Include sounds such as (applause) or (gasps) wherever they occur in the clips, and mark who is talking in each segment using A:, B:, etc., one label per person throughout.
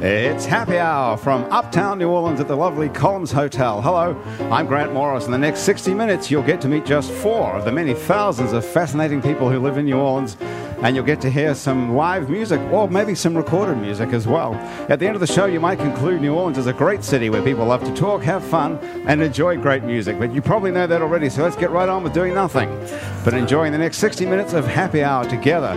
A: It's Happy Hour from Uptown New Orleans at the lovely Columns Hotel. Hello, I'm Grant Morris. In the next 60 minutes, you'll get to meet just four of the many thousands of fascinating people who live in New Orleans, and you'll get to hear some live music or maybe some recorded music as well. At the end of the show, you might conclude New Orleans is a great city where people love to talk, have fun, and enjoy great music. But you probably know that already, so let's get right on with doing nothing but enjoying the next 60 minutes of Happy Hour together.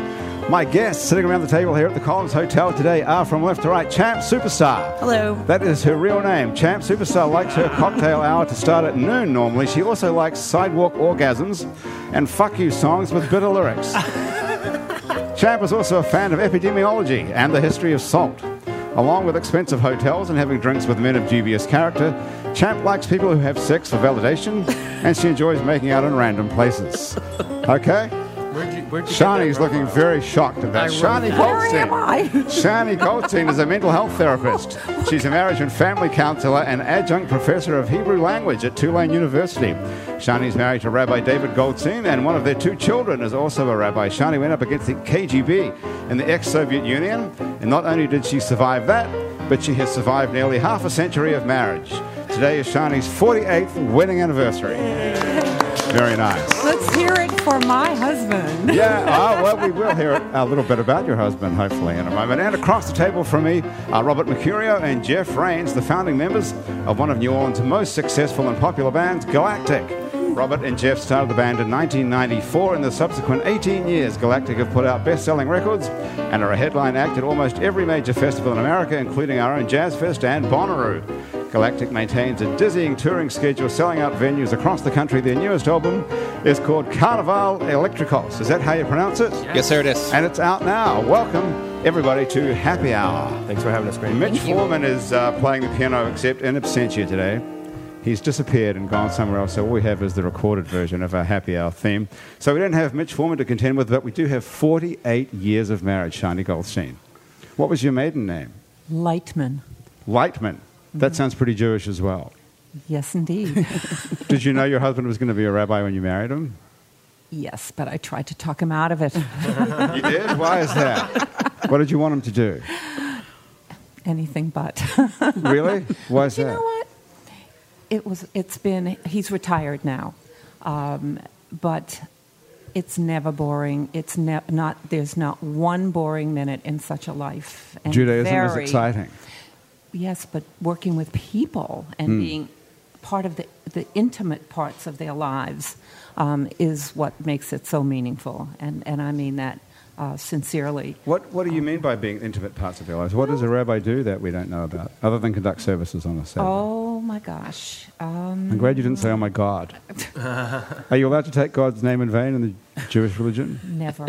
A: My guests sitting around the table here at the Collins Hotel today are from left to right Champ Superstar.
B: Hello.
A: That is her real name. Champ Superstar likes her cocktail hour to start at noon normally. She also likes sidewalk orgasms and fuck you songs with bitter lyrics. Champ is also a fan of epidemiology and the history of salt. Along with expensive hotels and having drinks with men of dubious character, Champ likes people who have sex for validation and she enjoys making out in random places. Okay?
C: Where'd you, where'd you get
A: Shani's
C: that
A: looking very shocked at that.
C: I
A: Shani
C: wrote
B: Where am
A: Goldstein.
B: I?
A: Shani Goldstein is a mental health therapist. She's a marriage and family counselor and adjunct professor of Hebrew language at Tulane University. Shani's married to Rabbi David Goldstein, and one of their two children is also a rabbi. Shani went up against the KGB in the ex Soviet Union, and not only did she survive that, but she has survived nearly half a century of marriage. Today is Shani's 48th wedding anniversary. Very nice.
B: Let's hear it for my husband.
A: (laughs) Yeah, ah, well, we will hear a little bit about your husband, hopefully, in a moment. And across the table from me are Robert Mercurio and Jeff Rains, the founding members of one of New Orleans' most successful and popular bands, Galactic. Robert and Jeff started the band in 1994. In the subsequent 18 years, Galactic have put out best selling records and are a headline act at almost every major festival in America, including our own Jazz Fest and Bonnaroo. Galactic maintains a dizzying touring schedule, selling out venues across the country. Their newest album is called Carnival Electricos. Is that how you pronounce it?
D: Yes, sir, it is.
A: And it's out now. Welcome, everybody, to Happy Hour.
C: Thanks for having us, Grant.
A: Mitch Foreman is uh, playing the piano, except in absentia today. He's disappeared and gone somewhere else, so all we have is the recorded version of our Happy Hour theme. So we don't have Mitch Foreman to contend with, but we do have 48 years of marriage, Shani Goldstein. What was your maiden name?
B: Lightman.
A: Lightman. That sounds pretty Jewish as well. (laughs)
B: Yes, indeed.
A: Did you know your husband was going to be a rabbi when you married him?
B: yes, but I tried to talk him out of it.
A: You did? Why is that? What did you want him to do? (laughs)
B: Anything but.
A: Really? Why is
B: you
A: that?
B: know what? It was. It's been. He's retired now, um, but it's never boring. It's ne- not. There's not one boring minute in such a life. And
A: Judaism is
B: very-
A: exciting.
B: Yes, but working with people
A: Hmm.
B: and being part of the, the intimate parts of their lives um, is what makes it so meaningful. And, and I mean that uh, sincerely.
A: What, what do you mean by being intimate parts of your lives? What does a rabbi do that we don't know about, other than conduct services on a Sabbath?
B: Oh my gosh. Um,
A: I'm glad you didn't say, oh my
B: (laughs)
A: God. Are you allowed to take God's name in vain in the Jewish religion? (laughs)
B: never.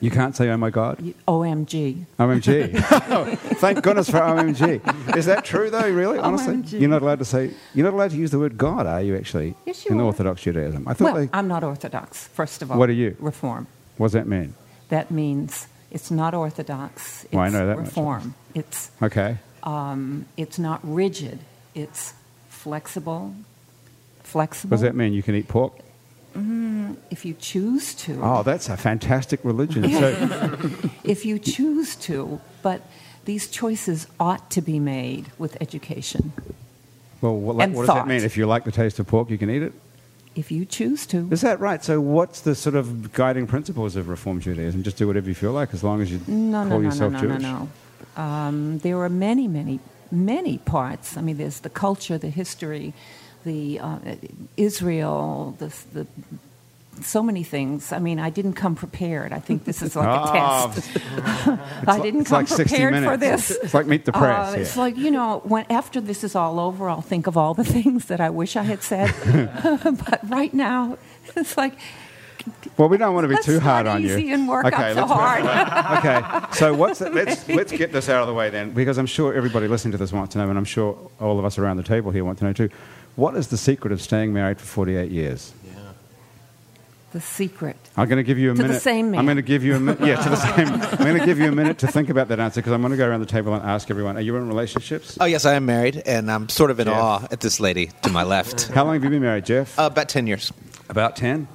A: You can't say, oh my God.
B: You- OMG. (laughs)
A: OMG. Thank goodness for OMG. Is that true, though, really? Honestly?
B: OMG.
A: You're not allowed to say, you're not allowed to use the word God, are you, actually?
B: Yes, you
A: In
B: are.
A: Orthodox Judaism. I thought
B: Well,
A: they,
B: I'm not Orthodox, first of all.
A: What are you?
B: Reform.
A: what does that mean?
B: That means it's not Orthodox, it's
A: Well, I know that much.
B: reform. It's
A: Okay.
B: it's not rigid. It's flexible. Flexible.
A: What does that mean? You can eat pork?
B: If you choose to.
A: Oh, that's a fantastic religion.
B: (laughs)
A: So,
B: if you choose to, but these choices ought to be made with education.
A: well, what, like,
B: And
A: what does that
B: thought.
A: mean? If you like the taste of pork, you can eat it?
B: If you choose to,
A: Is that right? So, what's the sort of guiding principles of Reform Judaism? Just do whatever you feel like, as long as you
B: no,
A: call
B: no, no, no,
A: yourself
B: no, no,
A: Jewish.
B: no. Um, there are many, many, many parts. I mean, there's the culture, the history, the uh, Israel, the, the so many things. I mean, I didn't come prepared. I think this is like
A: Ah, (laughs)
B: a test.
A: It's
B: I
A: li-
B: didn't
A: it's
B: come
A: like 60
B: prepared
A: minutes.
B: for this.
A: It's like
B: (laughs)
A: meet the press.
B: Uh,
A: here.
B: It's like you know, when after this is all over, I'll think of all the (laughs) things that I wish I
A: (laughs)
B: had said. but right now, it's like
A: well, we don't want to be
B: let's
A: too hard
B: not
A: on you.
B: easy and work
A: okay,
B: up so
A: let's
B: hard.
A: okay. So what's the, let's let's get this out of the way then, because I'm sure everybody listening to this wants to know, and I'm sure all of us around the table here want to know too. What is the secret of staying married for 48 years?
B: (laughs) the secret.
A: I'm going to give you a
B: To the
A: minute.
B: same man.
A: I'm going to give you a minute. Yeah, to the
B: (laughs)
A: same. I'm going to give you a minute to think about that answer because I'm going to go around the table and ask everyone: Are you in relationships?
D: Oh, yes, I am married, and I'm sort of in
A: Yeah.
D: awe at this lady to my left.
A: (laughs) How long have you been married, Jeff?
D: Uh, about 10 years.
A: About ten.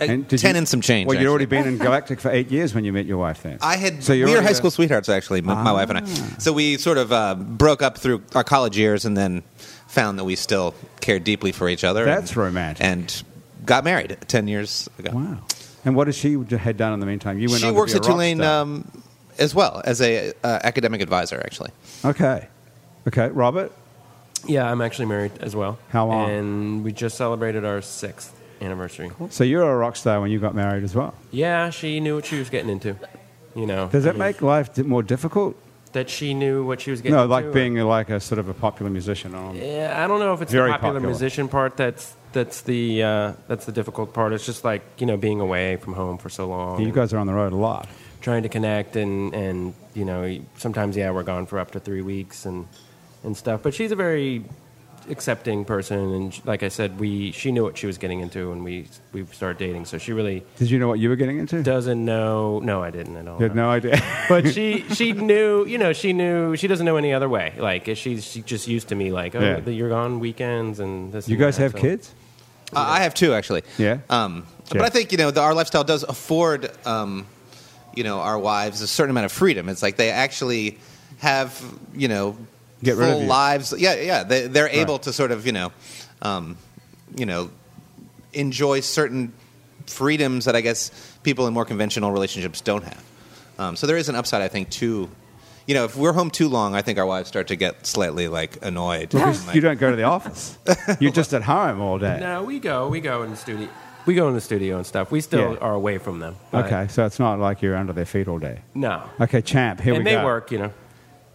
D: uh,
A: And did
D: ten
A: you-
D: and some change.
A: Well, you'd already
D: actually.
A: been in Galactic for eight years when you met your wife then.
D: I had
A: So you're
D: we were
A: already a-
D: high
A: Ah.
D: school sweethearts actually, my, my wife and I. So we sort of uh, broke up through our college years, and then found that we still cared deeply for each other.
A: That's
D: and,
A: romantic.
D: And got married ten years ago.
A: Wow. And what has she had done in the meantime? You went
D: She
A: on to
D: works
A: be a
D: at
A: rock
D: Tulane
A: star.
D: um, as well as a uh, academic advisor, actually.
A: Okay. Okay, Robert.
C: Yeah, I'm actually married as well.
A: How long?
C: And we just celebrated our sixth anniversary.
A: So you were a rock star when you got married as well.
C: Yeah, she knew what she was getting into. You know,
A: Does
C: I
A: that
C: mean,
A: make life di- more difficult?
C: that she knew what she was getting?
A: No,
C: into,
A: like
C: or-
A: being like a sort of a popular musician. Or,
C: Yeah, I don't know if it's
A: Very
C: the popular,
A: popular.
C: musician part that's that's the uh, that's the difficult part. It's just like you know being away from home for so long.
A: You
C: and
A: guys are on the road a lot.
C: trying to connect and and you know sometimes yeah we're gone for up to three weeks and and stuff. But she's a very accepting person, and sh- like I said, we she knew what she was getting into when we we started dating. So she really
A: Did you know what you were getting into?
C: doesn't know. No, I didn't at all.
A: You had no idea. (laughs)
C: but she she knew you know she knew she doesn't know any other way like she's she just used to me like oh
A: Yeah.
C: the, you're on weekends and this
A: you
C: and
A: guys
C: that,
A: have
C: so-
A: kids?
D: Uh, I have two actually.
A: Yeah?
D: Um,
A: Jeff.
D: but I think you know the, our lifestyle does afford um, you know our wives a certain amount of freedom. It's like they actually have you know
A: Get rid of
D: full
A: you.
D: lives. Yeah, yeah. They, they're able
A: Right.
D: to sort of you know um, you know enjoy certain freedoms that I guess people in more conventional relationships don't have. Um, so there is an upside, I think, to you know if we're home too long, I think our wives start to get slightly like annoyed. and, like-
A: You don't go to the (laughs) office. You're just at home all day.
C: no we go we go in the studio we go in the studio and stuff we still
A: Yeah.
C: are away from them but
A: Okay, so it's not like you're under their feet all day.
C: no
A: Okay, champ, here
C: and
A: we
C: they
A: go.
C: work you know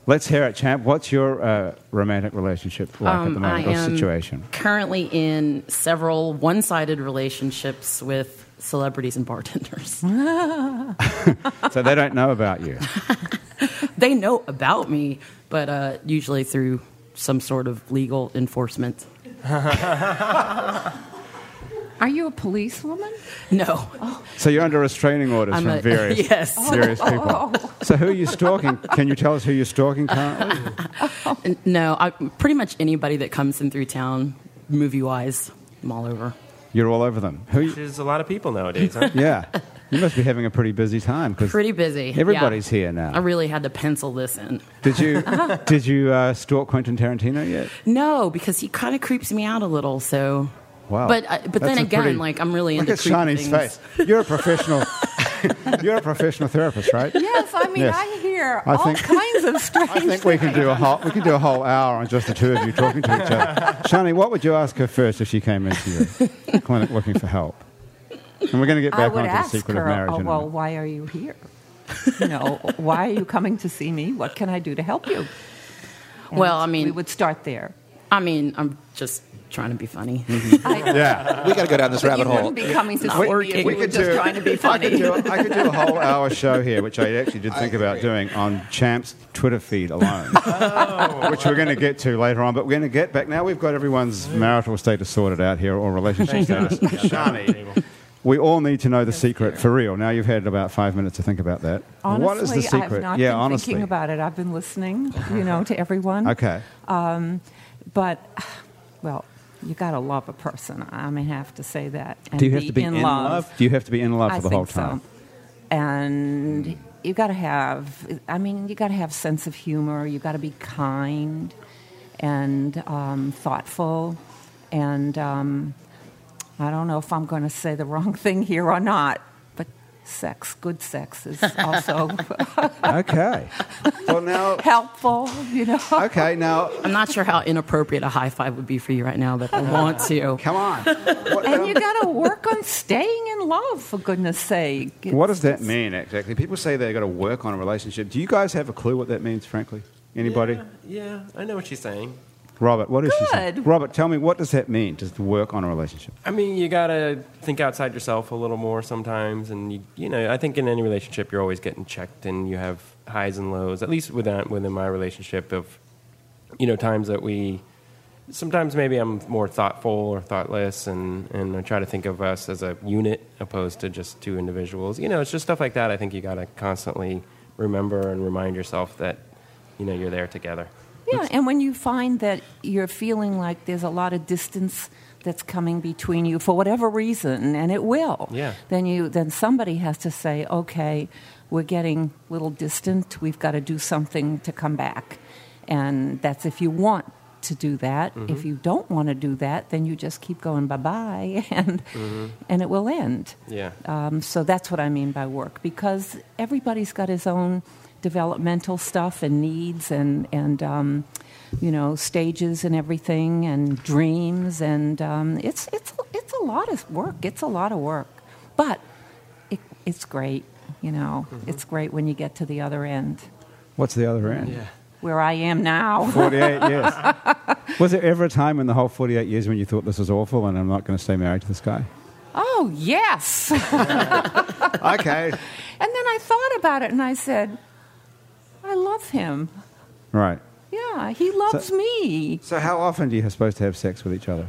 A: Let's hear it, champ. What's your uh, romantic relationship like at
E: Um,
A: the moment
E: I
A: or
E: am (laughs)
A: situation?
E: currently in several one-sided relationships with celebrities and bartenders.
A: So they don't know about you.
E: they know about me, but uh, usually through some sort of legal enforcement.
B: Are you a policewoman?
E: No,
A: So you're under restraining orders
E: I'm
A: from
E: a- (laughs)
A: various
E: yes. (laughs)
A: various
B: Oh,
A: people. So who are you stalking? Can you tell us who you're stalking currently?
E: N- no. I, pretty much anybody that comes in through town, movie-wise, I'm all over.
A: You're all over them. Who? You,
C: there's a lot of people nowadays (laughs) huh?
A: yeah, you must be having a pretty busy time because
E: Pretty busy. yeah.
A: everybody's here now.
E: I really had to pencil this in.
A: did
E: (laughs)
A: you
E: Uh-huh.
A: did you uh, stalk Quentin Tarantino yet?
E: No, because he kind of creeps me out a little. So,
A: Wow.
E: But I, but
A: That's
E: then
A: a
E: again,
A: pretty-
E: like I'm really
A: Look
E: into
A: at Shani's
E: creepy
A: face.
E: things.
A: You're a professional. (laughs) you're a professional therapist, right?
B: Yes, I mean,
A: Yes.
B: I hear
A: I
B: all
A: think-
B: kinds of strange
A: (laughs) I think we can do a whole we can do a whole hour on just the two of you talking to each other. Shani, what would you ask her first if she came into your clinic looking for help? And we're going to get
B: I
A: back
B: would
A: onto the
B: ask
A: secret
B: her,
A: of marriage.
B: oh,
A: in a
B: well,
A: minute.
B: why are you here? You know, why are you coming to see me? What can I do to help you? And
E: Well, I mean-
B: we would start there.
E: I mean, I'm just trying to be funny.
A: Mm-hmm. yeah,
D: we got to go down this
B: But
D: rabbit
B: you
D: hole.
B: wouldn't be coming to see
E: We-
B: me
E: we
B: if you were
A: could
B: just
A: do-
B: trying to be
A: (laughs) I could,
B: funny.
A: do, I could do a
B: (laughs)
A: whole hour show here, which I actually did think about
D: agree.
A: doing on Champ's Twitter feed alone, which we're going to get to later on. But we're going to get back now. We've got everyone's marital status sorted out here, or relationship status. Shani, we all need to know the secret for real. Now you've had about five minutes to think about that.
B: Honestly,
A: what is the secret?
B: I've not
A: yeah,
B: been
A: honestly. Uh-huh.
B: thinking about it. I've been listening, you know, to everyone.
A: Okay.
B: But, well, you got to love a person. I mean, I have to say that. And
A: Do you have to be
B: in,
A: in love? Do you have to be in love
B: I
A: for the
B: think
A: whole time? Hmm.
B: So. And you got to have, I mean, you got to have sense of humor. You got to be kind and um, thoughtful. And um, I don't know if I'm going to say the wrong thing here or not, but sex, good sex, is
A: (laughs)
B: also (laughs)
A: okay. Well, now.
B: helpful.
A: (laughs)
B: You know,
A: Okay, now.
E: I'm not sure how inappropriate a high five would be for you right now, but I want to.
A: Come on. What-
B: and you got to work on staying in love, for goodness' sake.
A: What does that mean exactly? People say they've got to work on a relationship. Do you guys have a clue what that means, frankly? Anybody?
C: yeah i know what she's saying
A: Robert, what is she saying?
B: Good.
A: Robert, tell me, what does that mean, just to work on a relationship?
C: I mean, you gotta think outside yourself a little more sometimes, and you, you know, I think in any relationship you're always getting checked, and you have highs and lows. At least within within my relationship, of you know, times that we sometimes maybe I'm more thoughtful or thoughtless, and and I try to think of us as a unit opposed to just two individuals. You know, it's just stuff like that. I think you gotta constantly remember and remind yourself that you know you're there together.
B: Yeah, and when you find that you're feeling like there's a lot of distance that's coming between you for whatever reason, and it will,
C: Yeah.
B: then you then somebody has to say, okay, we're getting a little distant. We've got to do something to come back, and that's if you want to do that.
A: Mm-hmm.
B: If you don't want to do that, then you just keep going bye bye, (laughs) and
A: Mm-hmm.
B: and it will end.
C: Yeah.
B: Um, so that's what I mean by work because everybody's got his own developmental stuff and needs and and um, you know stages and everything and dreams and um, it's it's it's a lot of work. It's a lot of work, but it, it's great. You know, it's great when you get to the other end
A: What's the other end? (laughs)
B: where I am now.
A: 48 years. Was there ever a time in the whole 48 years when you thought this was awful and I'm not going to stay married to this guy?
B: Oh yes.
A: Okay.
B: And then I thought about it and I said, I love him.
A: Right.
B: Yeah, he loves me.
A: So, how often do you supposed to have sex with each other?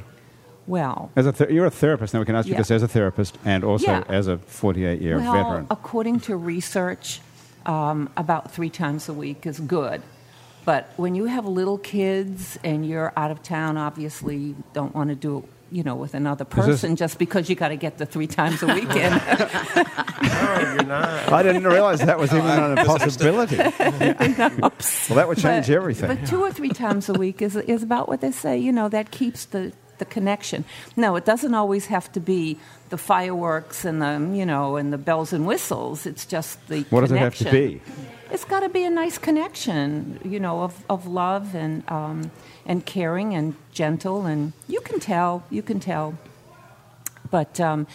B: Well,
A: As a ther- you're a therapist, now we can ask you
B: Yeah.
A: this as a therapist and also
B: Yeah.
A: as a 48 year
B: well,
A: veteran.
B: according to research, um, about three times a week is good. But when you have little kids and you're out of town, obviously you don't want to do it, you know, with another
A: this-
B: person just because you got to get the three times a
A: (laughs)
B: week in.
C: No, you're not.
A: I didn't realize that was even an impossibility. well, that would change
B: but,
A: everything.
B: But two or three times a week is is about what they say. You know, that keeps the the connection. No, it doesn't always have to be the fireworks and the you know and the bells and whistles. It's just the
A: What does it have to
B: connection.
A: be?
B: It's got to be a nice connection, you know, of, of love and um, and caring and gentle, and you can tell, you can tell. But um,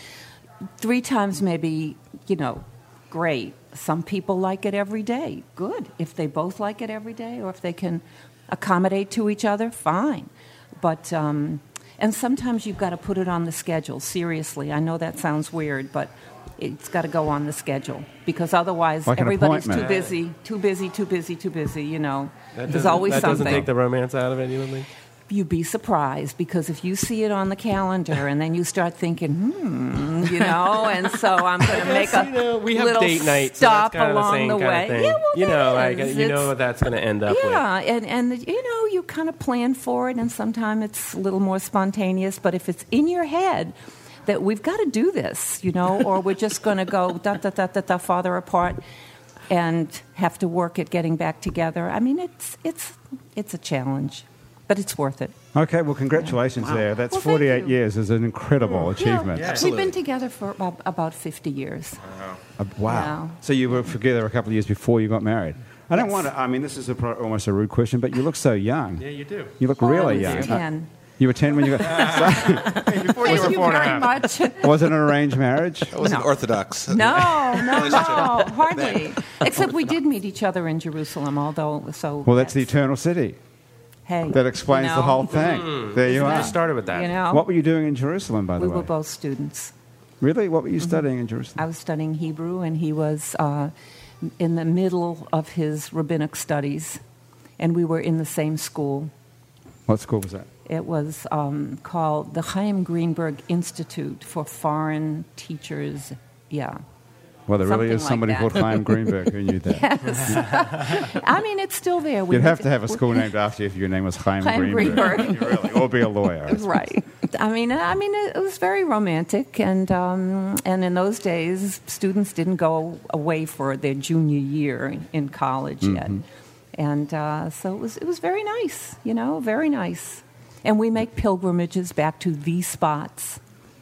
B: three times maybe, you know, great. Some people like it every day. Good. If they both like it every day or if they can accommodate to each other, fine. But, um, and sometimes you've got to put it on the schedule, seriously. I know that sounds weird, but it's got to go on the schedule because otherwise
A: Like an
B: everybody's too
A: appointment.
B: busy, too busy, too busy, too busy, you know.
C: That
B: There's
C: doesn't-
B: always
C: that
B: something
C: doesn't take the romance out of it. You don't think?
B: you'd be surprised because if you see it on the calendar and then you start thinking, hmm, you know, and so I'm going to make
C: Yes,
B: a
C: you know, we have
B: little
C: date night. so that's
B: stop
C: kind of the
B: along
C: same
B: the
C: kind
B: way.
C: of thing.
B: Yeah, well,
C: you
B: that
C: know,
B: is.
C: like you know
B: It's-
C: what that's going to end up with.
B: yeah, and and you know you kind of plan for it, and sometimes it's a little more spontaneous. But if it's in your head that we've got to do this, you know, or we're
C: (laughs)
B: just going to go da da da da da farther apart and have to work at getting back together. I mean, it's it's it's a challenge, but it's worth it.
A: Okay, well, congratulations there. That's
B: Well, thank
A: 48
B: you.
A: years is an incredible achievement.
B: Yeah,
D: Absolutely.
B: We've been together for ab- about 50 years.
A: Uh, wow.
B: Wow.
A: So you were together a couple of years before you got married. I don't want to, I mean, this is a pro- almost a rude question, but you look so young.
C: you do.
A: You look
B: Oh, I
A: really
B: was
A: young. Uh,
B: 10.
A: you were 10 when you
B: (laughs)
A: got.
C: Before
B: Thank you very
C: (laughs)
B: much.
A: so, was it an arranged marriage?
D: It wasn't
B: No.
D: orthodox.
B: No, no, no, hardly. Except we did meet each other in Jerusalem, although it was so.
A: Well, that's the eternal city.
B: hey,
A: That explains
B: you
A: the
B: know, (laughs)
A: whole thing. There you
C: I
A: are.
C: just started with that.
B: You know,
A: What were you doing in Jerusalem, by the
B: we
A: way?
B: were both students.
A: Really? What were you studying in Jerusalem?
B: I was studying Hebrew, and he was uh, in the middle of his rabbinic studies, and we were in the same school.
A: What school was that?
B: It was um, called the Chaim Greenberg Institute for Foreign Teachers. Yeah.
A: Well, there really
B: Something
A: is
B: like
A: somebody
B: that.
A: called
B: (laughs)
A: Chaim Greenberg who knew that.
B: I mean, it's still there. We
A: You'd have to have a school named after you if your name was Chaim,
B: Chaim
A: Greenberg. (laughs)
B: Greenberg.
A: You really, or be a lawyer.
B: (laughs) Right. I mean, I mean, it was very romantic, and um, and in those days, students didn't go away for their junior year in college yet,
A: Mm-hmm.
B: and uh, so it was it was very nice, you know, very nice. And we make pilgrimages back to these spots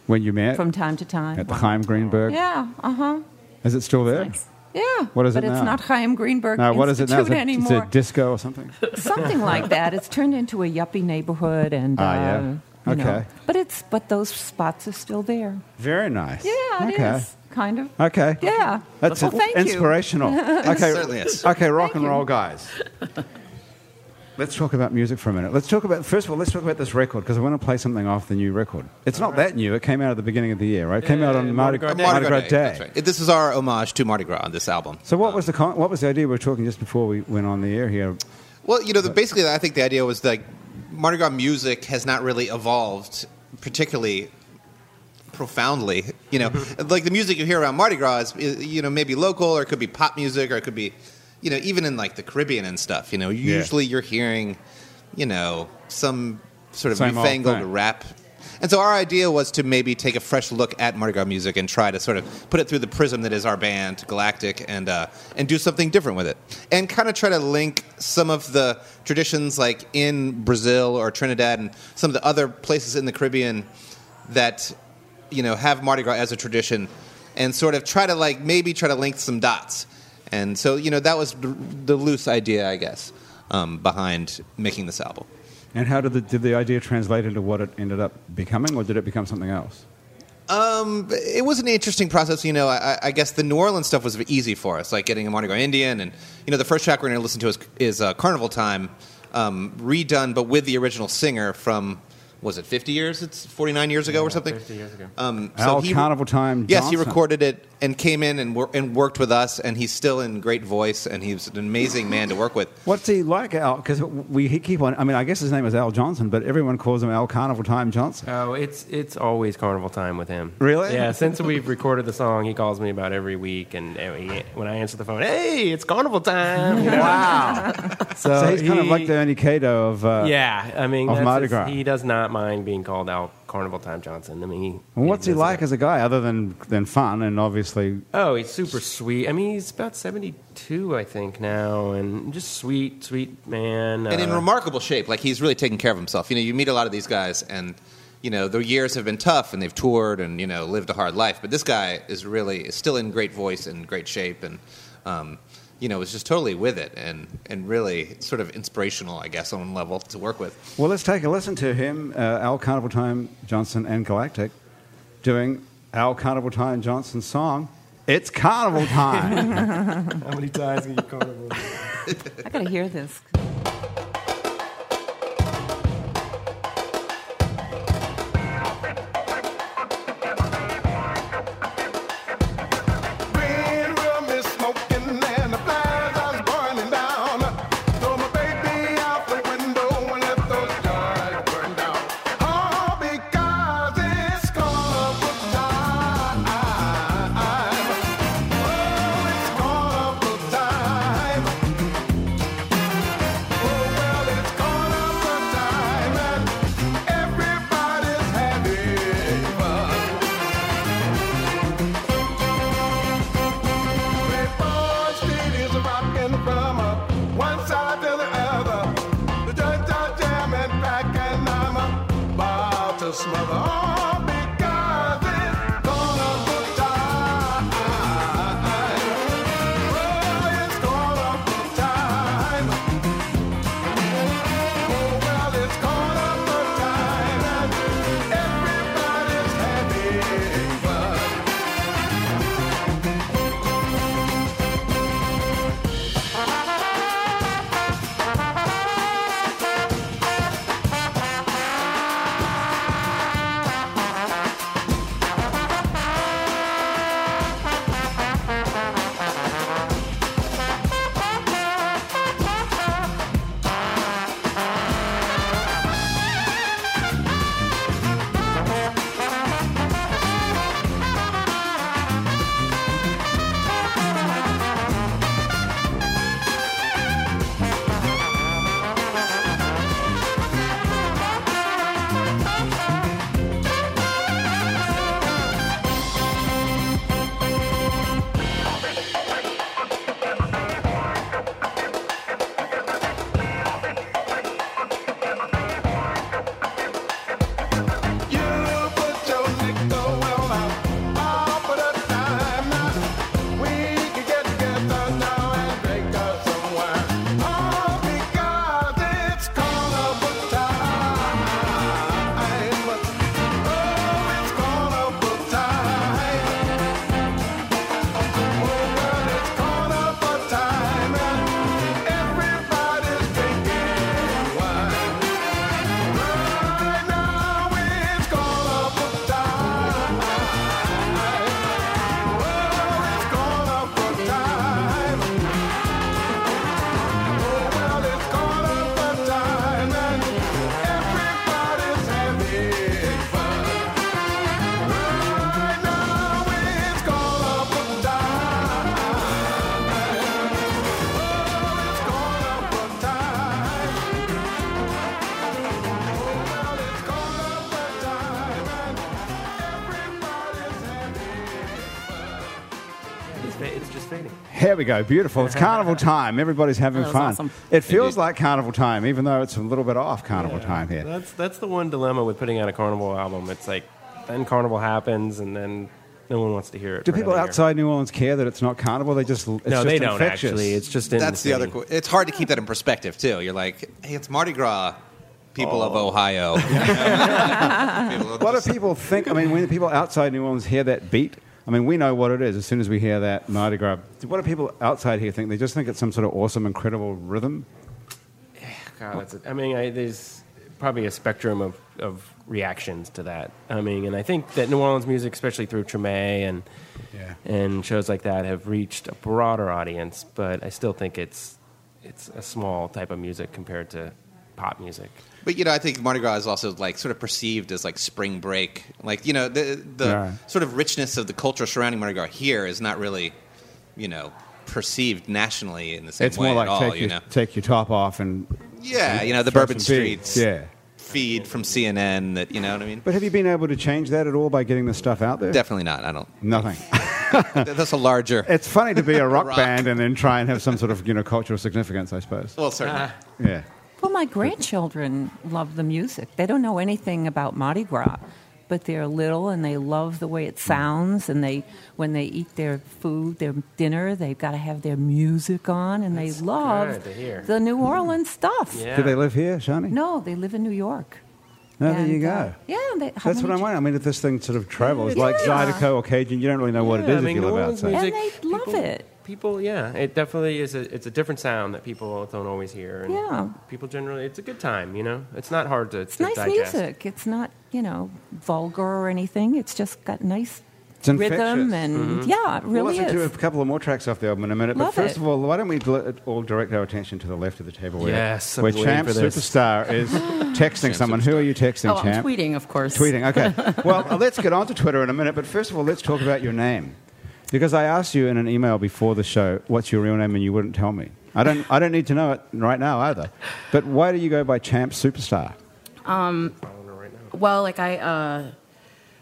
A: When you met
B: from time to time.
A: at the Chaim Greenberg,
B: yeah, uh huh,
A: is it still there?
B: yeah.
A: What is it
B: but it's
A: now?
B: not Chaim Greenberg
A: No, what is it
B: Institute
A: now? Is it, is
B: anymore.
A: it disco or
B: (laughs)
A: something?
B: something like that. It's turned into a yuppie neighborhood, and
A: Ah, yeah.
B: uh, you know.
A: Okay.
B: But it's but those spots are still there.
A: Very nice.
B: Yeah, it is
A: okay.
B: kind of.
A: Okay.
B: Yeah.
A: Uh, That's
B: well,
A: in-
B: thank (laughs)
A: inspirational. okay.
D: certainly is.
A: Okay, rock and roll guys. Let's talk about music for a minute. Let's talk about first of all. Let's talk about this record because I want to play something off the new record. It's not that new. It came out at the beginning of the year, right? It came out on
C: Yeah,
A: Mardi,
C: Mardi
A: Gras Day.
C: Gras
A: Mardi
C: Day.
A: Gras Day.
D: That's right. This is our homage to Mardi Gras on this album.
A: So what was the con- what was the idea we were talking just before we went on the air here?
D: Well, you know, the, basically, I think the idea was like Mardi Gras music has not really evolved particularly profoundly.
A: Mm-hmm.
D: You know, like the music you hear around Mardi Gras is, is, you know, maybe local or it could be pop music or it could be you know, even in like the Caribbean and stuff, you know,
A: Yeah.
D: usually you're hearing, you know, some sort of
A: Same old
D: newfangled
A: thing.
D: rap. And so our idea was to maybe take a fresh look at Mardi Gras music and try to sort of put it through the prism that is our band, Galactic, and uh, and do something different with it, and kind of try to link some of the traditions like in Brazil or Trinidad and some of the other places in the Caribbean that you know have Mardi Gras as a tradition, and sort of try to like maybe try to link some dots. And so you know that was the the loose idea, I guess, um, behind making this album.
A: And how did the, did the idea translate into what it ended up becoming, or did it become something else?
D: it was an interesting process. You know, I, I guess the New Orleans stuff was easy for us, like getting a Mardi Gras Indian, and you know, the first track we're going to listen to is, is uh, Carnival Time, um, redone, but with the original singer from was it 50 years? It's 49 years ago or something.
C: 50 years ago.
D: Um,
A: Al Carnival Time
D: Yes, he
A: Johnson.
D: recorded it and came in and, wor- and worked with us, and he's still in great voice, and he's an amazing man to work with.
A: What's he like, Al? Because we he keep on. I mean, I guess his name is Al Johnson, but everyone calls him Al Carnival Time Johnson.
C: Oh, it's it's always carnival time with him.
A: Really?
C: Yeah. Since we've recorded the song, he calls me about every week, and every, when I answer the phone, hey, it's carnival time. you
A: (laughs)
C: know?
A: Wow! so, he's kind of
C: he-
A: like the Ernie Cato of. Uh,
C: Yeah, I mean,
A: Of
C: that's
A: Mardi
C: his-
A: Gras.
C: he does not mind being called out Carnival Time Johnson. I mean, he,
A: Well, what's he
C: does
A: like
C: that.
A: as a guy, other than than fun and obviously?
C: Oh, he's super sweet. I mean, he's about seventy-two, I think now, and just sweet, sweet man.
D: and in
C: uh,
D: remarkable shape. Like he's really taking care of himself. You know, you meet a lot of these guys, and you know their years have been tough, and they've toured and you know lived a hard life. But this guy is really is still in great voice and great shape, and um, you know was just totally with it, and and really sort of inspirational, I guess, on one level to work with.
A: Well, let's take a listen to him, uh, Al Carnival Time Johnson and Galactic, doing Al Carnival Time Johnson's song. It's Carnival (laughs) Time.
C: how many times can you Carnival?
B: I gotta hear this.
F: Red rum is smoking and the flies are burning down. Throw my baby out the window and let those guys burn down. All because it's carnival time. Oh, it's carnival time. Oh well, it's carnival time and everybody's having fun. Before street is rocking from uh, one side to the other. The joints are jamming back and I'm about to smother. All because it's carnival time. Oh, it's carnival time. Oh, well, it's carnival time and everybody's having fun. Oh,
A: Here we go. Beautiful. It's
E: (laughs)
A: carnival time. Everybody's having
E: That was
A: fun.
E: awesome.
A: It feels
D: Indeed.
A: like carnival time, even though it's a little bit off carnival time here.
C: That's that's the one dilemma with putting out a carnival album. It's like then carnival happens and then no one wants to hear it.
A: Do
C: for
A: people
C: another year.
A: outside New Orleans care that it's not carnival? They just it's
C: No,
A: just
C: they don't
A: infectious.
C: actually. It's just in
D: That's the
C: city.
D: other. qu- It's hard to keep that in perspective too. You're like, hey, it's Mardi Gras, people of Ohio. People of-
A: What do people think? I mean, when people outside New Orleans hear that beat, I mean, we know what it is as soon as we hear that Mardi Gras. What do people outside here think? They just think it's some sort of awesome, incredible rhythm.
C: God, that's a, I mean, I, there's probably a spectrum of, of reactions to that. I mean, and I think that New Orleans music, especially through Treme and
A: Yeah.
C: and shows like that, have reached a broader audience. But I still think it's it's a small type of music compared to pop music.
D: But you know, I think Mardi Gras is also like sort of perceived as like spring break. Like you know, the the
A: Yeah.
D: sort of richness of the culture surrounding Mardi Gras here is not really, you know, perceived nationally in the same
A: It's
D: way
A: more like
D: at all.
A: take,
D: you
A: your,
D: know,
A: take your top off and
D: yeah, you know, the
A: throw
D: Bourbon
A: some beads.
D: Streets
A: Yeah.
D: feed from CNN. That you know what I mean?
A: But have you been able to change that at all by getting this stuff out there?
D: Definitely not. I don't.
A: Nothing.
D: That's a larger.
A: It's funny to be
C: (laughs)
A: a rock,
D: Rock.
A: band and then try and have some sort of you know cultural significance, I suppose.
D: Well, certainly.
C: Uh-huh.
A: Yeah.
B: Well, my grandchildren love the music. They don't know anything about Mardi Gras, but they're little and they love the way it sounds. And they, when they eat their food, their dinner, they've got to have their music on, and
C: That's
B: they love
C: good to hear.
B: the New Orleans stuff.
C: Yeah.
A: Do they live here, Shani?
B: No, they live in New York.
A: No, Ah, there
B: And,
A: you go.
B: uh, yeah, they, how
A: That's what
B: many
A: I'm wondering. I mean, if this thing sort of travels, like
B: Yeah.
A: Zydeco or Cajun, you don't really know what it
C: Yeah,
A: is
C: I mean,
A: if you
C: New
A: live
C: Orleans
A: outside.
B: And
C: music,
B: they love
C: people-
B: it.
C: People, yeah, it definitely is. A, it's a different sound that people don't always hear. And
B: Yeah.
C: people generally, it's a good time. You know, it's not hard to.
B: It's nice music. It's not, you know, vulgar or anything. It's just got nice
A: It's infectious.
B: rhythm and yeah, it really
A: we'll listen
B: is.
A: to a couple of more tracks off the album in a minute. but
B: Love
A: first
B: it.
A: of all, why don't we gl- all direct our attention to the left of the table where,
C: Yes, I'm
A: where
C: waiting
A: Champ
C: for this.
A: Superstar
B: (gasps)
A: is texting someone. Who are you texting,
E: Oh, I'm
A: Champ?
E: tweeting, of course.
A: Tweeting. Okay. well, uh, let's get on to Twitter in a minute. But first of all, let's talk about your name, because I asked you in an email before the show, "What's your real name?" and you wouldn't tell me. I don't. I don't need to know it right now either. But why do you go by Champ Superstar?
E: Well, like I, uh,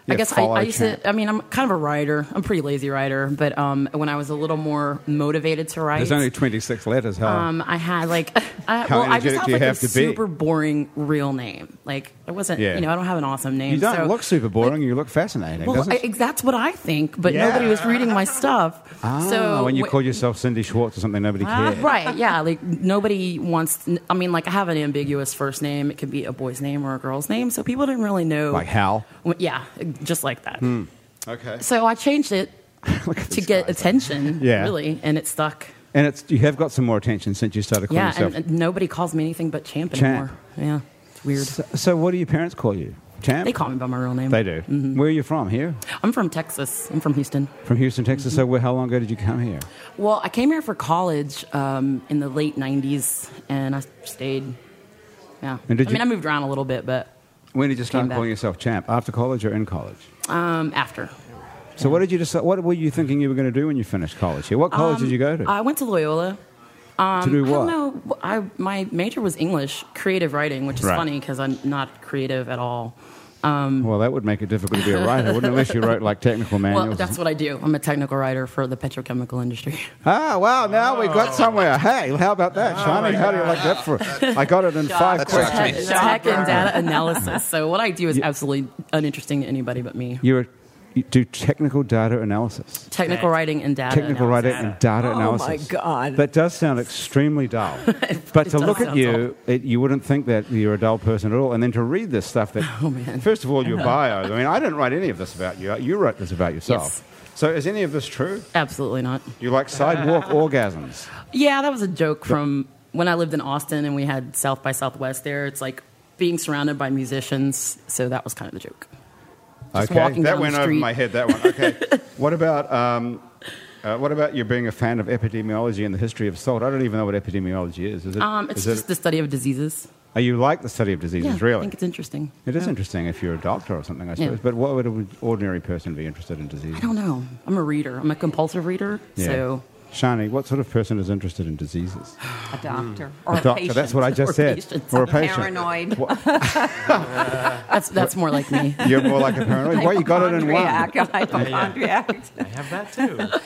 A: Yeah,
E: I guess I,
A: follow
E: I used
A: Champ.
E: to. I mean, I'm kind of a writer. I'm a pretty lazy writer, but um, when I was a little more motivated to write,
A: There's only 26 letters. Helen.
E: um, I had like, (laughs) I,
A: How
E: well, I
A: energetic
E: just have
A: do you
E: like
A: have
E: a
A: to be?
E: super boring real name. Like I wasn't,
A: Yeah.
E: you know, I don't have an awesome name.
A: you don't
E: so-
A: look super boring. you look fascinating.
E: Well,
A: doesn't
E: I, that's what I think, but
A: Yeah.
E: nobody was reading my stuff.
A: Ah,
E: so
A: when you
E: wh-
A: call yourself Cindy Schwartz or something, nobody
E: Ah,
A: cares.
E: right, yeah. Like nobody wants. I mean, like I have an ambiguous first name. It could be a boy's name or a girl's name, so people didn't really know.
A: Like Hmm. Hal.
E: Well, Yeah, just like that.
A: Okay.
E: So I changed it
A: Look at
E: (laughs) to
A: this
E: get
A: guy.
E: attention,
A: (laughs) Yeah.
E: really, and it stuck.
A: And it's you have got some more attention since you started calling
E: Yeah,
A: yourself.
E: and, and nobody calls me anything but champ
A: Champ.
E: anymore. Yeah, it's weird.
A: so, so what do your parents call you? Champ.
E: They call me Mm-hmm. by my real name.
A: They do. Where are you from? Here,
E: I'm from Texas. I'm from Houston.
A: from Houston, Texas. So, where, how long ago did you come here?
E: Well, I came here for college um, in the late '90s, and I stayed. Yeah,
A: And did
E: I mean,
A: you-
E: I moved around a little bit, but
A: When did you start
E: Came back.
A: calling yourself Champ? After college or in college?
E: um, after
A: So, what did you decide? What were you thinking you were going to do when you finished college here? What college did you go to?
E: I went to Loyola.
A: to do what?
E: Um, I don't know. I my major was English, creative writing, which is
A: Right.
E: funny because I'm not creative at all.
A: Well, that would make it difficult to be a writer, wouldn't it? Unless you wrote like technical manuals.
E: Well, that's what I do. I'm a technical writer for the petrochemical industry.
A: Ah, wow, now we got somewhere. Hey, how about that,
E: Oh,
A: Shani? How do you like that for? I got it in five
D: That's right.
A: questions.
E: Tech tech and data analysis. So what I do is absolutely uninteresting to anybody but me.
A: You were- you do technical data analysis.
E: Technical writing and data.
A: Technical
E: analysis.
A: writing and data
B: Oh, my
A: analysis.
B: God.
A: That does sound extremely
E: (laughs)
A: dull. but to
E: does
A: look at
E: sound
A: you, it, you wouldn't think that you're a dull person at all. And then to read this stuff that,
E: (laughs) Oh, man.
A: first of all,
E: (laughs)
A: your bio. I mean, I didn't write any of this about you. You wrote this about yourself.
E: Yes.
A: So is any of this true?
E: Absolutely not.
A: You like
E: (laughs)
A: sidewalk orgasms.
E: Yeah, that was a joke from when I lived in Austin and we had South by Southwest there. It's like being surrounded by musicians. So that was kind of the joke. Just
A: okay,
E: walking
A: that
E: down the
A: went over
E: street.
A: my head. That one.
E: (laughs)
A: Okay. what about um, uh, what about you being a fan of epidemiology and the history of salt? I don't even know what epidemiology is. Is it?
E: Um, it's
A: is it-
E: just the study of diseases.
A: oh, you like the study of diseases,
E: yeah,
A: really?
E: I think it's interesting.
A: It is
E: Yeah.
A: interesting if you're a doctor or something, I
E: Oh. Yeah.
A: suppose. But what would an ordinary person be interested in disease?
E: I don't know. I'm a reader. I'm a compulsive reader. So
A: Shani, what sort of person is interested in
E: (laughs)
A: diseases?
B: a doctor or a,
A: Mm. doctor.
B: patient.
A: That's what I just
E: Or
A: said.
E: patients.
A: Or a patient. (laughs)
B: Paranoid.
A: What-
E: that's that's more like
A: (laughs)
E: me.
A: you're more like a paranoid. Why you got it in one?
B: Hypochondriac, hypochondriac. (laughs)
C: I have that too.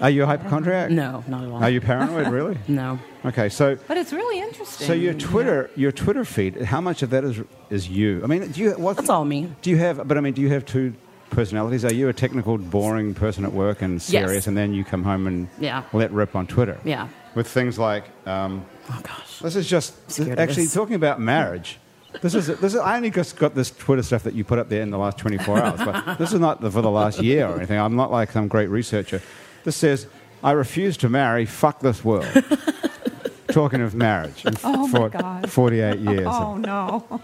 A: Are you a hypochondriac?
E: No, not at all.
A: Are you paranoid, really?
E: (laughs) No.
A: Okay, so
B: But it's really interesting.
A: so your Twitter, your Twitter feed, how much of that is is you? I mean, do you what?
E: That's all me.
A: Do you have? But I mean, do you have two personalities? Are you a technical, boring person at work and serious, and then you come home and
E: Yeah.
A: let rip on Twitter?
E: Yeah.
A: With things like, um,
E: Oh gosh.
A: this is just
E: scared of
A: actually
E: this.
A: talking about marriage. This is this is. I only just got this Twitter stuff that you put up there in the last 24 hours, but this is not the, for the last year or anything. I'm not like some great researcher. This says, "I refuse to marry. Fuck this
E: (laughs)
A: world." talking of marriage in
B: Oh, my
A: for
B: God.
A: 48 years. (laughs)
B: Oh no!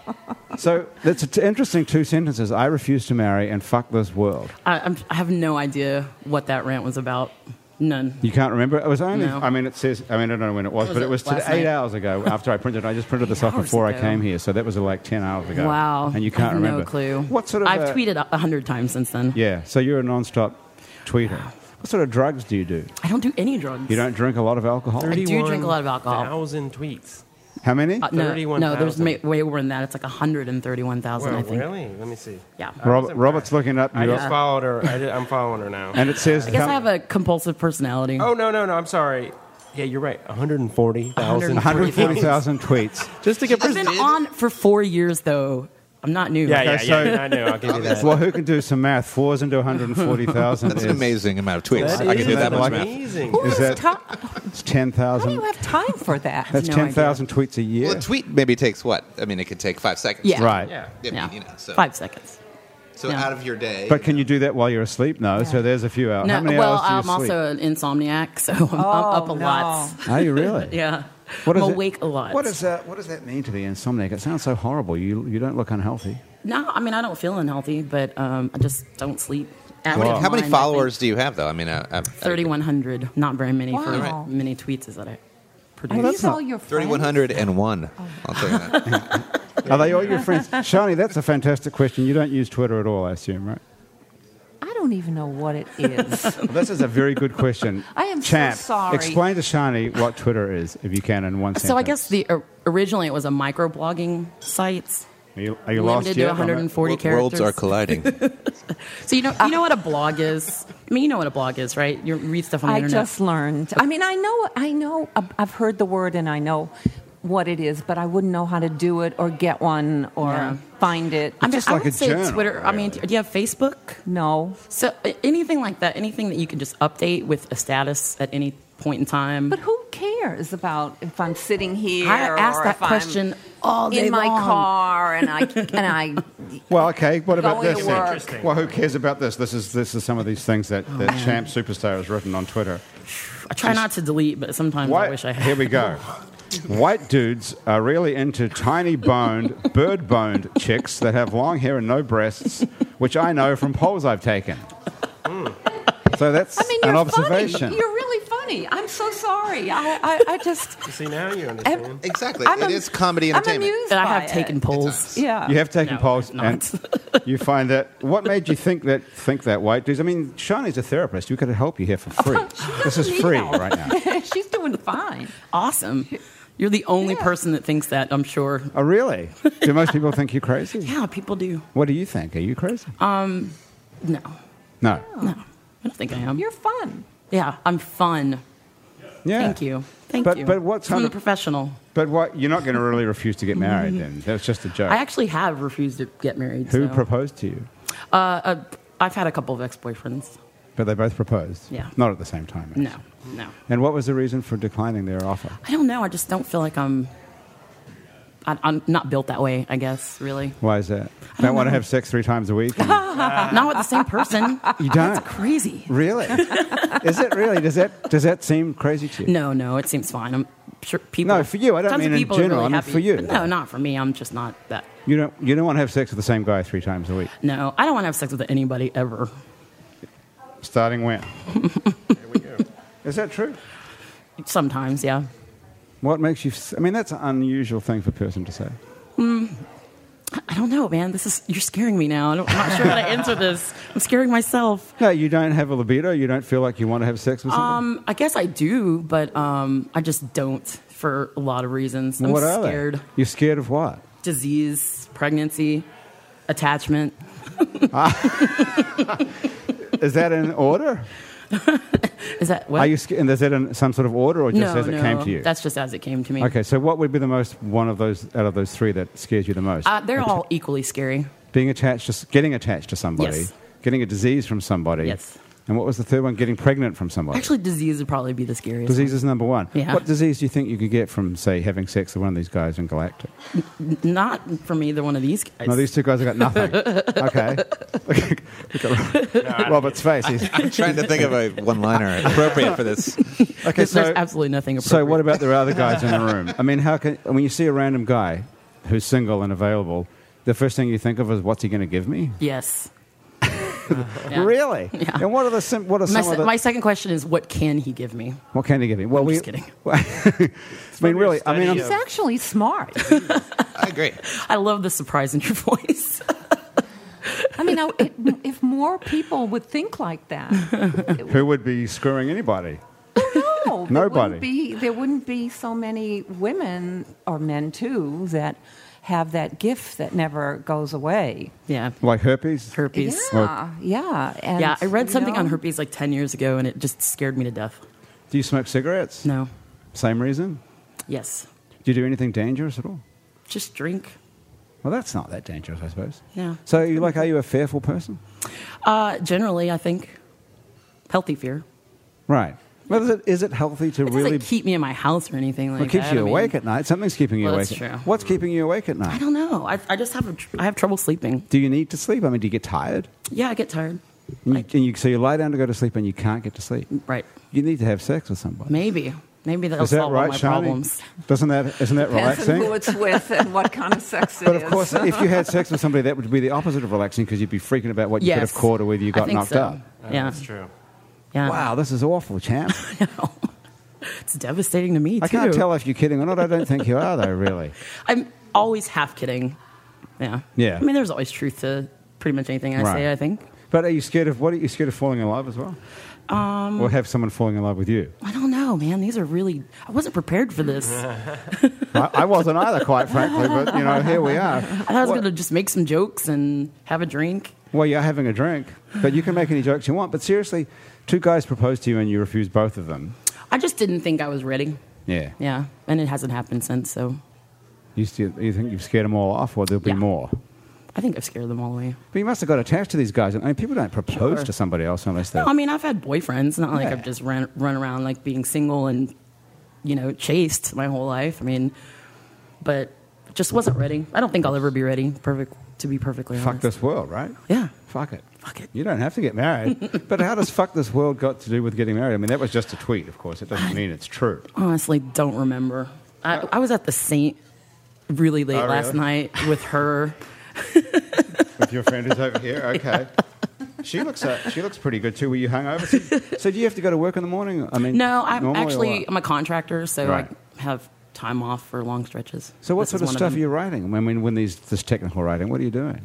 A: So that's an interesting two sentences. I refuse to marry and fuck this world.
E: I, I'm, I have no idea what that rant was about. None.
A: You can't remember? It was only,
E: No.
A: I mean, it says, I mean, I don't know when it was,
E: was
A: but it
E: it,
A: was today,
E: last
A: eight
E: night?
A: hours ago after I printed it. I just printed this
E: Eight
A: off
E: hours
A: before I
E: ago.
A: came here, so that was uh, like 10 hours ago.
E: Wow.
A: And you
E: I
A: can't
E: have
A: remember.
E: No clue.
A: What sort of.
E: I've
A: uh,
E: tweeted a hundred times since then.
A: Yeah, so you're a nonstop tweeter. What sort of drugs do you do?
E: I don't do any drugs.
A: You don't drink a lot of alcohol?
E: do drink a lot of alcohol.
C: Thousand tweets.
A: How many?
E: Uh, no, no, there's
C: 31,000.
E: ma- way more than that. It's like hundred and thirty-one thousand.
C: Wow,
E: I think.
C: really? Let me see.
E: Yeah.
C: I was
A: Rob- Robert's
C: impressed.
A: looking up
C: I
A: your-
C: just followed her. I am following her now.
A: and it says.
E: I guess I have a compulsive personality.
C: oh no no no! I'm sorry. Yeah, you're right. 140,000.
A: 140,000
E: (laughs)
A: tweets.
C: Just to get
E: I've
C: pers-
E: been on for four years though. I'm not new.
C: Yeah, yeah,
A: Okay,
C: yeah.
A: so-
C: I know. I'll give you that.
A: Well, who can do some math? Fours into 140,000.
D: (laughs) That's
A: is-
D: an amazing amount of tweets.
C: That
D: I can
C: is
D: do that much math.
C: amazing.
B: Who
A: Is
B: has
A: that-
B: ti-
A: It's
B: How do
A: 10,000.
B: you have time for that?
A: That's
E: No
A: 10,000 tweets a year.
D: Well, a tweet maybe takes what? I mean, it could take five seconds.
E: Yeah.
A: Right.
C: Yeah.
D: I mean,
E: Yeah.
D: you know, so
E: Five seconds.
D: so
E: Yeah.
D: out of your day.
A: But can you do that while you're asleep? No. So
B: Yeah.
A: there's a few hours. How
E: No,
A: many
E: well,
A: hours do you
E: I'm
A: sleep?
E: also an insomniac, so (laughs) I'm, I'm up a
B: Oh, no.
E: lot.
A: Are you really?
E: (laughs) Yeah.
A: What is
E: I'm
A: it-
E: awake a lot.
A: What, is that, what does that mean to the insomniac? It sounds so horrible. You, you don't look unhealthy.
E: No, I mean I don't feel unhealthy, but um, I just don't sleep.
D: how many, how many followers do you have, though? I mean, uh,
E: Thirty-one hundred. Not very many for
B: Wow. Alright.
E: many tweets is that I
B: Are
E: produce.
B: these all your friends?
D: 3,101. I'll tell you that.
A: Are they all your
E: (laughs)
A: friends? Shani, that's a fantastic question. You don't use Twitter at all, I assume, right?
B: I don't even know what it is.
A: Well, this is a very good
E: (laughs)
A: question.
B: I am so
A: Champ,
B: sorry.
A: Explain to Shani what Twitter is, if you can, in one sentence.
E: So I guess the or- originally it was a microblogging site,
A: Are you, are you lost
E: limited to
A: yet? on that?
E: 140
D: Wo- Worlds
E: characters.
D: are colliding.
E: so you know you know what a blog is. I mean, you know what a blog is, right? You read stuff on the
B: I
E: internet.
B: just learned. I mean, I know, I know, I've- I've heard the word and I know what it is, but I wouldn't know how to do it or get one or
E: Yeah.
B: find it.
E: I mean,
A: just
E: I
A: like
E: would
A: a
E: say
A: journal,
E: Twitter. I mean,
A: really.
E: do you have Facebook?
B: no,
E: So a- anything like that, anything that you can just update with a status at any point in time.
B: but who cares about if I'm sitting here?
E: I ask
B: or
E: that
B: if I'm
E: question all day
B: in my
E: long.
B: car, and I
E: (laughs)
B: and I
A: Well, okay. What about
B: Going
A: this?
B: to work.
C: Interesting.
A: Well, who cares about this? This is this is some of these things that, that
E: Oh,
A: Champ Superstar has written on Twitter.
E: I try not to delete, but sometimes
A: White,
E: I wish I had.
A: Here we go.
E: (laughs)
A: White dudes are really into tiny boned, bird boned chicks that have long hair and no breasts, which I know from polls I've taken.
E: Hmm.
A: So that's
B: I mean,
A: an
B: you're
A: observation.
B: funny. You're really funny. I'm so sorry. I, I, I just.
C: See now you understand.
D: exactly.
B: I'm
D: it
B: am-
D: is comedy
B: I'm
D: entertainment.
B: amused
E: And I
B: by
E: have
B: it.
E: taken polls.
B: Yeah.
A: (laughs) You have taken
E: No,
A: polls,
E: I've not.
A: and you find that. What made you think that? Think that white dudes? I mean, Shani's a therapist. You could help you here for
B: (laughs)
A: free. this is
B: need
A: free
B: help.
A: right now.
B: (laughs) She's doing fine.
E: Awesome. You're the only
B: Yeah.
E: person that thinks that, I'm sure.
A: Oh, really? Do most people think you're crazy?
E: Yeah, people do.
A: What do you think? Are you crazy?
E: Uh, No,
A: no.
E: no. I don't think I am.
B: You're fun.
E: yeah, I'm fun.
A: Yeah.
E: Thank you. Thank
A: but,
E: you.
A: But what's
E: From
A: under-
E: the professional.
A: But what? You're not going to really refuse to get married
E: (laughs)
A: then? That's just a joke.
E: I actually have refused to get married.
A: Who
E: so.
A: proposed to you?
E: uh, uh, I've had a couple of ex-boyfriends.
A: But they both proposed.
E: Yeah.
A: Not at the same time. actually.
E: No, no.
A: And what was the reason for declining their offer?
E: I don't know. I just don't feel like I'm. I, I'm not built that way. I guess really.
A: Why is that? Don't, want to have sex three times a week.
E: (laughs)
A: and-
E: not with the same person.
A: you don't.
E: Crazy.
A: Really?
E: (laughs)
A: is it really? Does that does that seem crazy to you?
E: No, no, it seems fine. I'm sure people.
A: No, for you, I don't
E: tons of
A: mean in
E: people are
A: general,
E: Really
A: I mean
E: happy.
A: for you.
E: But No, not for me. I'm just not that.
A: You don't. You don't want to have sex with the same guy three times a week.
E: No, I don't want to have sex with anybody ever.
A: Starting
E: (laughs)
A: when? Is that true?
E: Sometimes, yeah.
A: What makes you? s- I mean, that's an unusual thing for a person to say.
E: I don't know, man. This is you're scaring me now. I don't, I'm not sure how to answer this. I'm scaring myself.
A: No, you don't have a libido. You don't feel like you want to have sex with somebody.
E: Um, I guess I do, but um, I just don't for a lot of reasons. I'm
A: what are they?
E: scared.
A: You're scared of what?
E: Disease, pregnancy, attachment. (laughs)
A: Is that in order?
E: Is that what?
A: Are you? sc- And is it in some sort of order, or just
E: no,
A: as it
E: no.
A: came to you?
E: That's just as it came to me.
A: okay. So, what would be the most one of those out of those three that scares you the most?
E: Uh, they're all equally scary.
A: Being attached, just getting attached to somebody,
E: Yes.
A: getting a disease from somebody.
E: Yes.
A: And what was the third one? Getting pregnant from somebody.
E: Actually, disease would probably be the scariest.
A: disease is number one.
E: Yeah.
A: What disease do you think you could get from, say, having sex with one of these guys in Galactic?
E: one. Not from either one of these guys.
A: No, these two guys have got
E: (laughs)
A: nothing. okay. (laughs) Look at Rob- Robert's face. He's-
D: I'm trying to think of a one-liner appropriate for this.
A: okay,
E: There's-
A: so,
E: There's absolutely nothing appropriate.
A: so what about the other guys in the
E: (laughs)
A: room? I mean, how can when you see a random guy who's single and available, the first thing you think of is what's he going to give me?
E: Yes. (laughs) Yeah.
A: Really?
E: Yeah.
A: And what are the sim- what are
E: My,
A: some of
E: se-
A: the
E: my second question is, what can he give me?
A: what can he give me? Well, we
E: just kidding.
A: (laughs) I mean, really. I mean, I'm,
C: Study
B: He's actually smart.
D: I agree.
E: I love the surprise in your (laughs) voice.
B: I mean, I, it, if more people would think
A: (laughs)
B: like that,
A: who would be screwing anybody?
B: no, there
A: Nobody.
B: Wouldn't be, there wouldn't be so many women or men too that have that gift that never goes away.
E: yeah.
A: Like herpes?
E: Herpes.
B: Yeah,
A: Well-
B: yeah. And,
E: Yeah, I read
B: you
E: something on
B: know,
E: herpes like 10 years ago and it just scared me to death.
A: Do you smoke cigarettes?
E: No.
A: Same reason?
E: Yes.
A: Do you do anything dangerous at all?
E: Just drink.
A: Well, that's not that dangerous, I suppose.
E: Yeah.
A: So, you like, are you a fearful person?
E: Uh, generally, I think healthy fear.
A: Right. Well, is it, is it healthy to
E: It
A: really?
E: doesn't keep me in my house or anything like
A: well, it keeps
E: that.
A: you
E: I mean,
A: awake at night. Something's keeping you
E: Well,
A: awake.
E: that's
A: at-
E: true.
A: What's keeping you awake at
E: I
A: night?
E: don't know. I, I just have a, tr- I have trouble sleeping.
A: Do you need to sleep? I mean, do you get tired?
E: Yeah, I get tired.
A: And you,
E: Like-
A: and you, so you lie down to go to sleep, and you can't get to sleep.
E: Right.
A: You need to have sex with somebody.
E: Maybe. Maybe that'll
A: is that
E: solve all
A: right,
E: my
A: Shani?
E: problems.
A: Doesn't that isn't
E: (laughs)
A: that
B: Depends on who
A: relaxing?
B: it's with and what kind
A: (laughs)
B: of sex it is.
A: But of course, if you had
E: (laughs)
A: sex with somebody, that would be the opposite of relaxing because you'd be freaking about what you could
E: Yes.
A: have caught or whether you
E: I
A: got
E: think
A: knocked
E: so.
A: up.
E: Yeah.
C: That's true.
E: Yeah.
A: Wow, this is awful, champ.
E: (laughs) It's devastating to me,
A: I
E: too.
A: can't tell if you're kidding or not. I don't think you are, though.
E: (laughs)
A: Really.
E: I'm always half kidding. Yeah.
A: Yeah.
E: I mean, there's always truth to pretty much anything I
A: Right.
E: say, I think.
A: But are you scared of what? Are you scared of falling in love as well? Um, or have someone falling in love with you?
E: I don't know, man. These are really, I wasn't prepared for
C: (laughs)
E: this. I
A: I, I wasn't either, quite frankly. But you know, here we are.
E: thought I was going to just make some jokes and have a drink.
A: Well, you're having a drink, but you can make any jokes you want. But seriously, two guys propose to you and you refuse both of them.
E: I just didn't think I was ready.
A: Yeah.
E: Yeah. And it hasn't happened since, so
A: You, still, you think you've scared them all off, or there'll be
E: Yeah.
A: more?
E: I think I've scared them all away.
A: But you must have got attached to these guys. I mean, people don't propose
E: Sure.
A: to somebody else unless they.
E: No, I mean, I've had boyfriends, not like
A: Yeah.
E: I've just ran, run around like being single and, you know, chased my whole life. I mean, but just wasn't ready. I don't think I'll ever be ready, perfect, to be perfectly
A: fuck
E: honest.
A: this world, right?
E: Yeah.
A: Fuck it.
E: Fuck it.
A: You don't have to get married. but how does fuck this world got to do with getting married? I mean, that was just a tweet, of course. It doesn't mean it's true.
E: honestly don't remember. I, I was at the Saint really late
A: Oh, really?
E: last night with her.
A: With your friend who's over here? Okay. She looks uh, she looks pretty good too. Were you hungover? So, so do you have to go to work in the morning? I mean,
E: No, I'm
A: normally or
E: actually
A: what?
E: I'm a contractor, so
A: Right.
E: I have time off for long stretches.
A: So what
E: This
A: sort
E: is
A: of
E: one
A: stuff are
E: them. Oh,
A: you writing? I mean, when these this technical writing, what are you doing?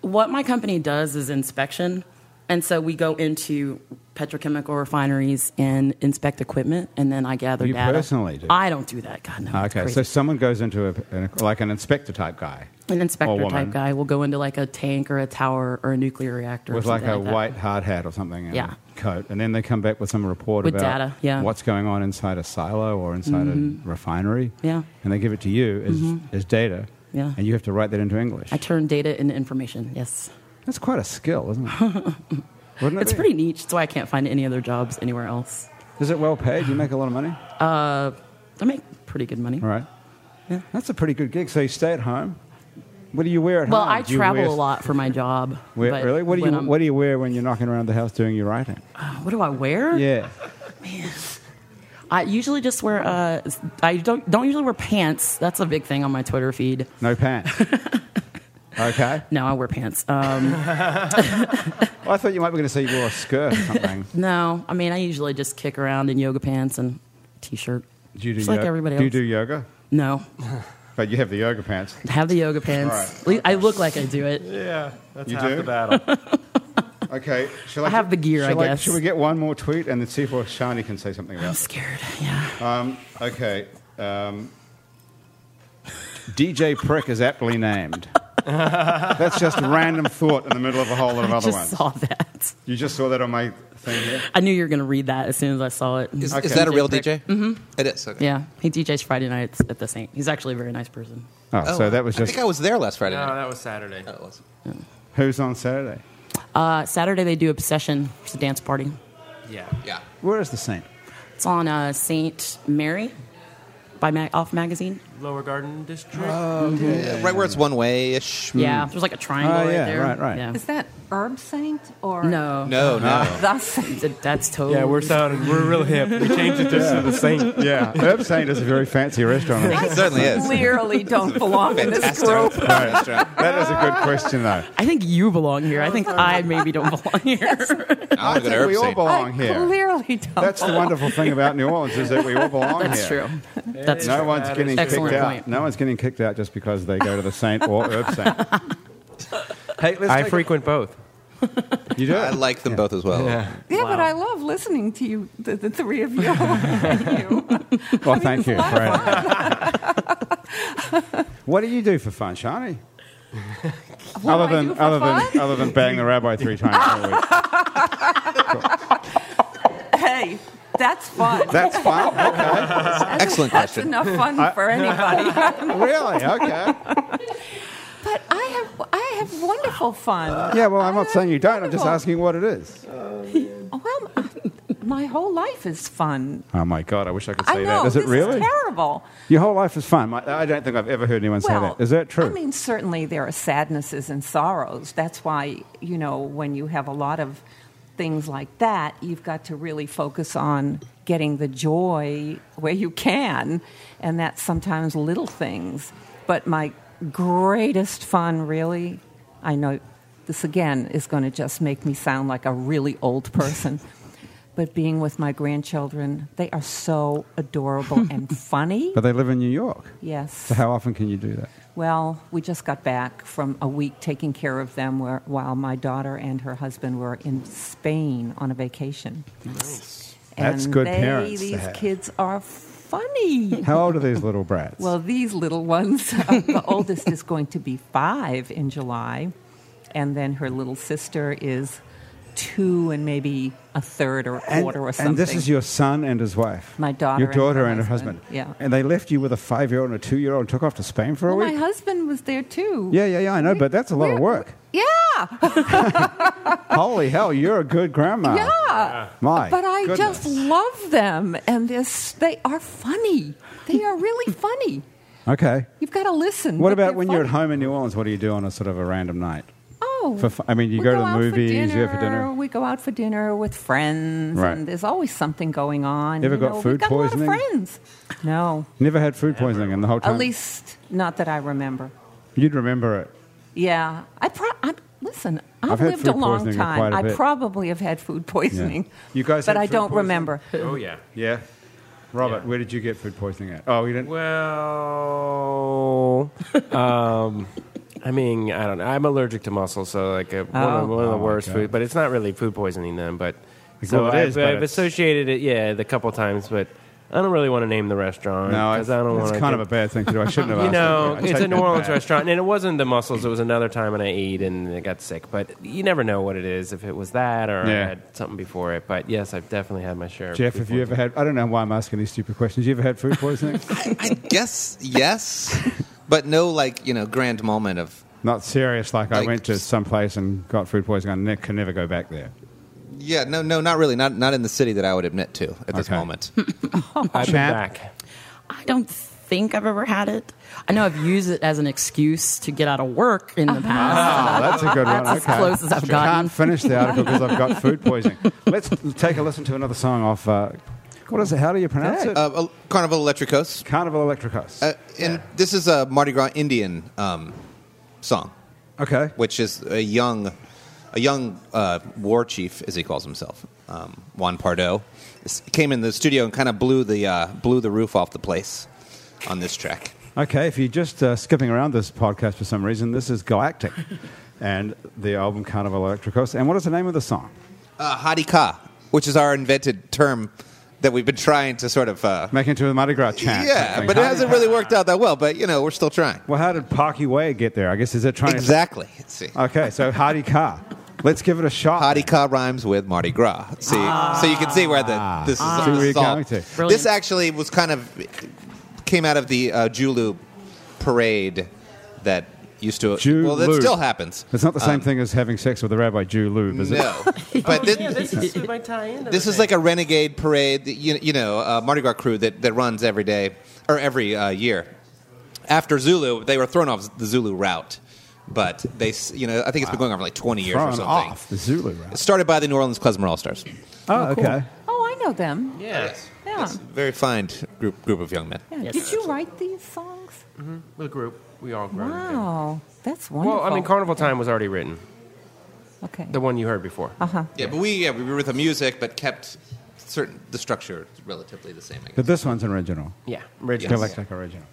E: What my company does is inspection, and so we go into petrochemical refineries and inspect equipment, and then I gather
A: You
E: data.
A: personally do?
E: I don't do that. God no. it's
A: okay, so
E: crazy.
A: someone goes into a, an, like an inspector type guy
E: an
A: or
E: inspector
A: woman
E: type guy will go into like a tank or a tower or a nuclear reactor or
A: with like
E: something
A: a
E: like that.
A: white hard hat or something, and
E: Yeah.
A: a coat, and then they come back with some report
E: With
A: about
E: data, yeah. Mm-hmm.
A: what's going on inside a silo or inside a refinery,
E: Yeah. Mm-hmm.
A: and they give it to you as, as data,
E: Yeah.
A: and you have to write that into English.
E: I turn data into information. Yes.
A: That's quite a skill, isn't it?
E: (laughs)
A: Wouldn't it
E: It's
A: be?
E: pretty niche. That's why I can't find any other jobs anywhere else.
A: Is it well paid? You make a lot of money.
E: I make pretty good money.
A: All right. Yeah. That's a pretty good gig. So you stay at home. What do you wear at
E: Well,
A: home?
E: I
A: Do you
E: travel
A: wear-
E: a lot for my job.
A: wear-
E: but
A: really? What do
E: when
A: you
E: I'm-
A: What do you wear when you're knocking around the house doing your
E: (laughs)
A: writing?
E: what do I wear?
A: Yeah.
E: I usually just wear. Uh, I don't don't usually wear pants. That's a big thing on my Twitter feed.
A: No
E: (laughs)
A: pants. okay.
E: No, I wear pants. Um,
A: Well, I thought you might be going to say you wore a skirt or
E: (laughs)
A: something.
E: no, I mean I usually just kick around in yoga pants and t-shirt.
A: Do you do
E: just
A: yoga?
E: like everybody
A: Do
E: else.
A: you do yoga?
E: no,
A: But you have the yoga pants.
E: have the yoga pants.
A: Right.
E: At least I look like I do it.
C: Yeah, that's
A: You
C: half
A: do?
C: the battle.
A: (laughs) Okay. Shall
E: I have the gear, I
A: shall
E: guess.
A: Shall we get one more tweet and then see if Shani can say something
E: I'm
A: about it?
E: scared. Yeah.
A: Um, okay. Um, DJ Prick is aptly named. That's just a random thought in the middle of a whole lot of
E: (laughs) I
A: other
E: just
A: ones.
E: saw that. Perfect.
A: You just saw that on my thing here.
E: I knew you were going to read that as soon as I saw it.
D: Is,
A: Okay.
D: is that a real DJ?
E: DJ
D: Mm-hmm. It is. Okay.
E: yeah, he DJs Friday nights at the Saint. He's actually a very nice person.
A: Oh, so that was
D: I
A: just
D: think I was there last Friday.
C: No,
D: night.
C: that was Saturday.
D: Oh, it was.
A: who's on Saturday.
E: Uh, Saturday they do Obsession. It's a dance party.
C: Yeah.
D: Yeah.
A: Where is the Saint?
E: It's on uh, Saint Mary by Mag- Off Magazine.
C: Lower Garden District.
D: Yeah, Right where it's one way ish.
E: Yeah, there's like a triangle
A: Oh,
E: right
A: Hmm. yeah,
E: there.
A: right, right.
E: Yeah.
B: Is that Herb Saint or
E: No,
D: No, no.
B: The Saint?
E: Th- that's totally.
C: Yeah, we're sounding, we're real hip. We changed it to the Saint.
A: Yeah, Herb Saint is a very fancy restaurant.
D: It certainly is.
A: (laughs)
B: Clearly, don't belong in this
D: Fantastic
B: group.
D: restaurant.
A: That is a good question, though.
E: I think you belong here. I (laughs) think I maybe don't belong here.
D: I'm going to
A: we
D: Herb
A: all
D: Saint.
A: belong
B: I
A: here.
B: clearly don't.
A: That's the wonderful thing about New Orleans is that we all belong
E: that's
A: here.
E: true. That's
A: No
E: true.
A: one's
C: That
A: getting
C: is
A: kicked
E: true. Excellent
A: out.
E: point.
A: No one's getting kicked out just because they go to the Saint or Herb Saint. hey, let's
C: I
A: take a-
C: frequent both.
A: you do.
D: I like them both as well.
B: yeah, but I love listening to you, the, the three
A: (laughs)
B: of you. you.
A: Well, thank you. for- (laughs) what do you do for fun, Shani?
B: What
A: other
B: do I
A: than
B: do for
A: other
B: fun?
A: than other than bang the rabbi three times a week.
B: hey, that's fun.
A: (laughs) That's fun. (laughs) Okay.
D: Excellent
B: That's
D: question.
B: enough fun for
A: (laughs)
B: anybody.
A: Oh, Really? Okay.
B: but I have, I have wonderful fun.
A: Yeah. Well, I'm not saying you don't. I'm just
B: Wonderful.
A: asking what it is.
B: Well, I- my whole life is fun.
A: Oh my God! I wish I could
B: I
A: say
B: know
A: that. Is
B: this
A: it really?
B: is terrible.
A: Your whole life is fun. My- I don't think I've ever heard anyone say
B: Well,
A: that. Is that true?
B: I mean, certainly there are sadnesses and sorrows. That's why, you know, when you have a lot of things like that, you've got to really focus on getting the joy where you can. And that's sometimes little things. But my greatest fun, really, I know this again is going to just make me sound like a really old person. (laughs) But being with my grandchildren, they are so adorable and funny.
A: but they live in New York.
B: Yes.
A: So how often can you do that?
B: Well, we just got back from a week taking care of them where, while my daughter and her husband were in Spain on a vacation. And
A: That's good
B: they,
A: parents to
B: These
A: have.
B: kids
A: (laughs)
B: are funny.
A: How old are these little brats?
B: well, these little ones, (laughs) uh, the oldest is going to be five in July, and then her little sister is two and maybe a third or a
A: and,
B: quarter or something.
A: and this is your son and his wife.
B: My daughter
A: Your
B: and her
A: daughter and her husband.
B: husband. Yeah.
A: And they left you with a five-year-old and a two-year-old and took off to Spain for a
B: well, my
A: week.
B: husband was there too.
A: yeah, yeah, yeah. I know, but that's a lot of
B: We're-
A: work. (laughs)
B: Yeah.
A: Holy hell, you're a good grandma.
B: Yeah.
A: My
B: But I
A: goodness.
B: just love them, and this, they are funny. They
A: (laughs)
B: are really funny.
A: Okay.
B: You've got to listen.
A: What
B: but
A: about
B: they're
A: when you're at
B: funny.
A: home in New Orleans? What do you do on a sort of a random night?
B: Oh,
A: For fu- I mean, you
B: we
A: go to the
B: out for
A: movies, you go for dinner.
B: We go out for dinner with friends,
A: Right.
B: and there's always something going on.
A: You ever got
B: know,
A: food
B: we've got
A: poisoning?
B: A lot of friends. No,
A: Never had food poisoning in the whole time.
B: at least not that I remember.
A: you'd remember it.
B: Yeah, I pro- I, listen. I've,
A: I've had
B: lived
A: food
B: a long
A: poisoning quite
B: time.
A: a
B: I
A: bit.
B: probably have had food poisoning.
A: You guys
B: but
A: had
B: I
A: food
B: don't
A: poisoning?
B: remember.
C: Oh, yeah.
A: Yeah. Robert,
C: Yeah.
A: where did you get food poisoning at? Oh, you didn't. (laughs)
C: Well, um, I mean, I don't know. I'm allergic to mussels, so like a, one
B: Oh.
C: of, one of
A: Oh,
C: the
A: my
C: worst
A: God.
C: food. But it's not really food poisoning then. But
A: Like,
C: so
A: well, it
C: I've,
A: is, but
C: I've
A: it's-
C: associated it, yeah, the couple times. But I don't really want to name the restaurant
A: No, I,
C: because I don't
A: it's
C: want
A: kind of a bad thing to (laughs) do. I shouldn't have
C: you
A: asked.
C: know,
A: that. I
C: it's
A: take
C: a New
A: that
C: Orleans
A: back.
C: restaurant, and it wasn't the mussels. It was another time when I ate and I got sick. But you never know what it is if it was that or
A: Yeah.
C: I had something before it. But yes, I've definitely had my share. of
A: Jeff,
C: food
A: have you ever
C: poisoning.
A: had? I don't know why I'm asking these stupid questions. You ever had food (laughs) poisoning?
D: I guess yes, but no, like, you know, grand moment of,
A: Not serious. Like, I
D: Like-
A: went to some place and got food poisoning. and ne- can never go back there.
D: yeah, no, no, not really. Not, not in the city that I would admit to at this
A: Okay.
D: moment. Uh,
C: I've been
A: Champ?
C: back.
E: I don't think I've ever had it. I know I've used it as an excuse to get out of work in the past.
A: Oh, that's a good one.
E: That's as
A: okay.
E: close as I've gotten.
A: Can't finish the article because I've got food
D: (laughs)
A: poisoning. Let's take a listen to another song off. Uh, what is it? How do you pronounce it?
D: Uh, uh, Carnival Electricos.
A: Carnival Electricos.
D: Uh, and this is a Mardi Gras Indian um, song,
A: okay.
D: which is a young, a young uh, war chief, as he calls himself, um, Juan Pardo, s- came in the studio and kind of blew the uh, blew the roof off the place on this track.
A: Okay, if you're just uh, skipping around this podcast for some reason, this is
D: (laughs)
A: Galactic and the album Carnival Electricos. And what is the name of the song?
D: Uh, Hadika, which is our invented term that we've been trying to sort of. Uh,
A: Making to a Mardi Gras chant.
D: yeah,
A: something.
D: but it
A: How-
D: hasn't really worked out that well. But you know, we're still trying.
A: Well, how did Parky Way get there? I guess is it trying
D: Exactly. Let's see.
A: to. Okay, so Hardy Car.
F: Let's give it a shot.
D: Mardi Gras rhymes with Mardi Gras. See, so you can see where the this is.
F: See where
D: this,
F: you're
D: is all-
F: coming to.
E: Brilliant.
D: this actually was kind of came out of the uh, Julu parade that used to.
F: Julu.
D: Well, that still happens.
F: It's not the same
D: Um,
F: thing as having sex with the Rabbi Jew Lube, is it? (laughs)
D: No, but thi-
A: (laughs)
C: this is my tie-in.
D: this is like a renegade parade, that, you, you know, uh, Mardi Gras crew that, that runs every day or every uh, year. After Zulu, they were thrown off the Zulu route, but they, s- you know, I think it's been going on for like 20 years or
F: Thrown
D: something.
F: off the Zulu route.
D: Started by the New Orleans Klezmer All Stars.
F: Oh, okay.
B: Oh, I know them.
C: yes,
B: Yeah.
D: It's a very fine group group of young men.
B: Yeah.
E: Yes.
B: Did you write these songs?
C: the group we all grown. together.
B: Wow, that's wonderful.
C: Well, I mean, Carnival Time was already written.
B: Okay.
C: The one you heard before.
E: Uh-huh.
B: Uh huh.
D: Yeah, but we yeah, we were with the music, but kept certain the structure relatively the same. I guess.
F: But this one's an original.
C: Yeah, original.
F: Galactic original.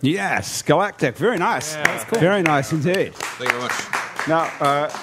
F: Yes, Galactic. Very nice. Very nice indeed.
D: Thank you very much.
F: Now, uh,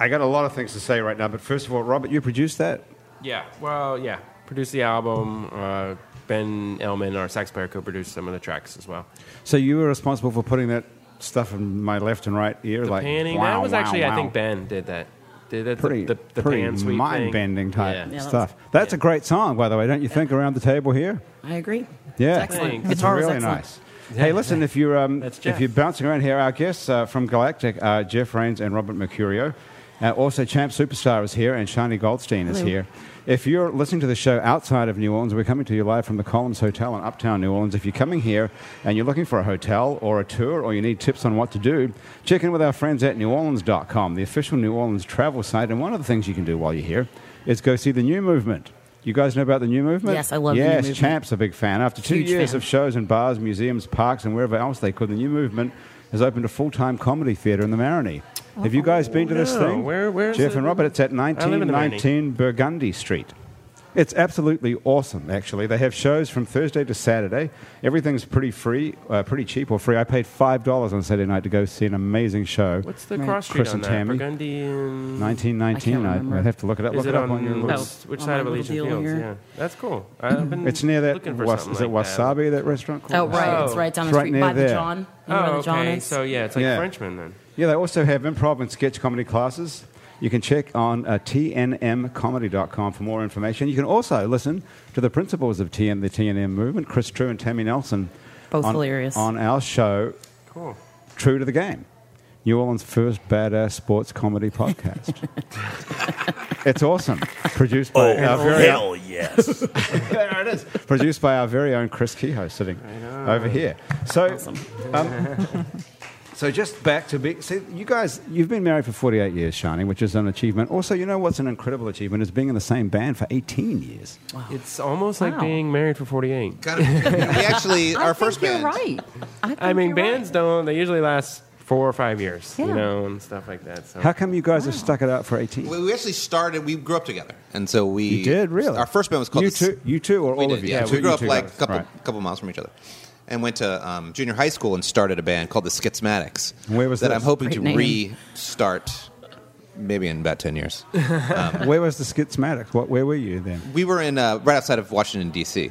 F: I got a lot of things to say right now, but first of all, Robert, you produced that.
C: Yeah. Well, yeah. Produced the album. Uh, ben Elman, our sax player, co-produced some of the tracks as well.
F: So you were responsible for putting that stuff in my left and right ear,
C: The
F: like
C: panning.
F: wow,
C: that was
F: wow,
C: actually, I
F: wow.
C: think Ben did that. Did that the-
F: Pretty,
C: the, the,
F: pretty
C: pan sweep
F: mind-bending
C: thing.
F: type
C: Yeah.
E: Yeah.
F: stuff. That's
C: yeah.
F: a great song, by the way, don't you think? Around the table here,
A: Ah.
E: I agree.
F: yeah,
E: It's excellent.
C: Thanks.
F: That's
E: Guitar was
F: really
E: excellent.
F: nice. Hey, listen, if you're um,
C: That's
F: if
C: Jeff.
F: you're bouncing around here, our guests uh, from Galactic are Jeff Rains and Robert Mercurio.
A: Uh, also, Champ Superstar is here, and Shani Goldstein is here. If you're listening to the show outside of New Orleans, we're coming to you live from the Columns Hotel in Uptown New Orleans. If you're coming here and you're looking for a hotel or a tour, or you need tips on what to do, check in with our friends at NewOrleans.com, the official New Orleans travel site. And one of the things you can do while you're here is go see the New Movement. You guys know about the New Movement?
E: Yes, I love the New
A: yes,
E: Movement.
A: Champ's a big fan. After two
E: Huge
A: years
E: fan.
A: of shows in bars, museums, parks, and wherever else they could, the New Movement has opened a full-time comedy theatre in the Marigny. Have you guys been to this
C: no.
A: thing?
C: Oh, Where- where's
A: Jeff
C: the-
A: and Robert, it's at
C: live in the Marigny.
A: 1919 Burgundy Street. It's absolutely awesome, actually. They have shows from Thursday to Saturday. Everything's pretty free, uh, pretty cheap or free. I paid $5 on Saturday night to go see an amazing show.
C: What's the
E: Right.
C: cross street
A: Chris
C: on
A: and
C: that?
A: Tammy.
C: Burgundy and
A: 1919,
E: I can't
A: I,
E: remember.
A: I'd have to look it up.
C: Is
A: look
C: it
A: up
C: on,
A: on your
E: No.
A: little...
C: which
E: Oh,
C: side
E: on my
C: of
E: little
C: Elysian
E: deal
C: Fields?
E: here.
C: Yeah, that's
A: (clears throat)
C: cool. I've been
A: It's near that...
C: Looking for
A: was,
C: something
A: is it
C: like that.
A: Wasabi, that restaurant? called?
E: Oh, right.
C: Oh.
E: It's right down
A: It's
E: the
A: right
E: street
A: near
E: by
A: there.
E: the John. You know where
C: Oh,
E: the John
C: okay.
E: is?
C: So yeah, it's like
A: Yeah.
C: Frenchman then.
A: Yeah, they also have improv and sketch comedy classes. You can check on uh, tnmcomedy.com for more information. You can also listen to the principals of TN, the TNM movement, Chris True and Tammy Nelson.
E: Both
A: on,
E: hilarious.
A: On our show,
C: Cool.
A: True to the Game, New Orleans' first badass sports comedy
E: (laughs)
A: podcast. it's awesome. Produced by our very
G: hell yes.
A: there it is. Produced by our very own Chris Kehoe sitting over here. So, um, so just back to be, see, you guys, you've been married for 48 years, Shani, which is an achievement. Also, you know what's an incredible achievement is being in the same band for 18 years.
C: It's almost like
B: Wow.
C: being married for 48.
D: Kind of, we actually,
B: (laughs) I
D: our
B: think
D: first
B: you're
D: band.
B: right. I, think
C: I mean,
B: you're
C: bands
B: right.
C: don't. They usually last four or five years,
B: Yeah.
C: you know, and stuff like that. So
A: How come you guys have stuck it out for 18?
D: We, we actually started. We grew up together, and so we
A: you did really.
D: Our first band was called
A: you
D: The-
A: two, you two, or
D: We
A: all
D: did,
A: of you.
D: Yeah, so we
A: you
D: grew up
A: two
D: like a
A: guys.
D: couple
A: Right.
D: couple miles from each other, and went to um, junior high school and started a band called the Skitsmatics.
A: Where was
D: that?
A: this?
D: I'm hoping
E: Great
D: to
E: name.
D: restart, maybe in about ten years.
A: Where was the Schizmatics? What? Where were you then?
D: we were in uh, right outside of Washington D.C.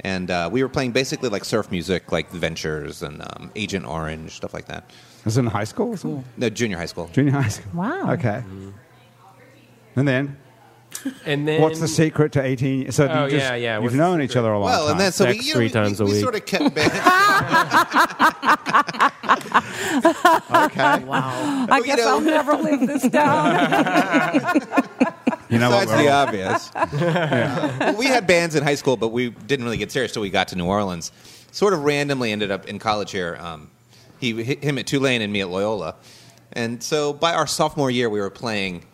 D: and uh, we were playing basically like surf music, like Ventures and um, Agent Orange, stuff like that.
A: Was it in high school? Or something?
D: No, junior high school.
A: Junior high school.
B: Wow.
A: Okay. And then
C: and then
A: What's the secret to 18? So
C: Oh,
A: you just,
C: yeah, yeah,
A: you've
C: what's the
A: known each other a long
D: Well,
A: time.
D: and then so we,
C: Sex
D: you know,
C: three
D: we-
C: times a
D: we
C: week.
D: sort
C: (laughs)
D: of kept (laughs) bands.
A: okay.
E: Wow.
B: I
D: you
B: guess
D: know.
B: I'll never live this down.
A: You know what?
D: Besides the uh,
A: We're,
D: obvious.
A: (laughs)
D: Well, we had bands in high school, but we didn't really get serious till we got to New Orleans. Sort of randomly ended up in college here. Um, he, hi- him at Tulane and me at Loyola. And so by our sophomore year, we were playing,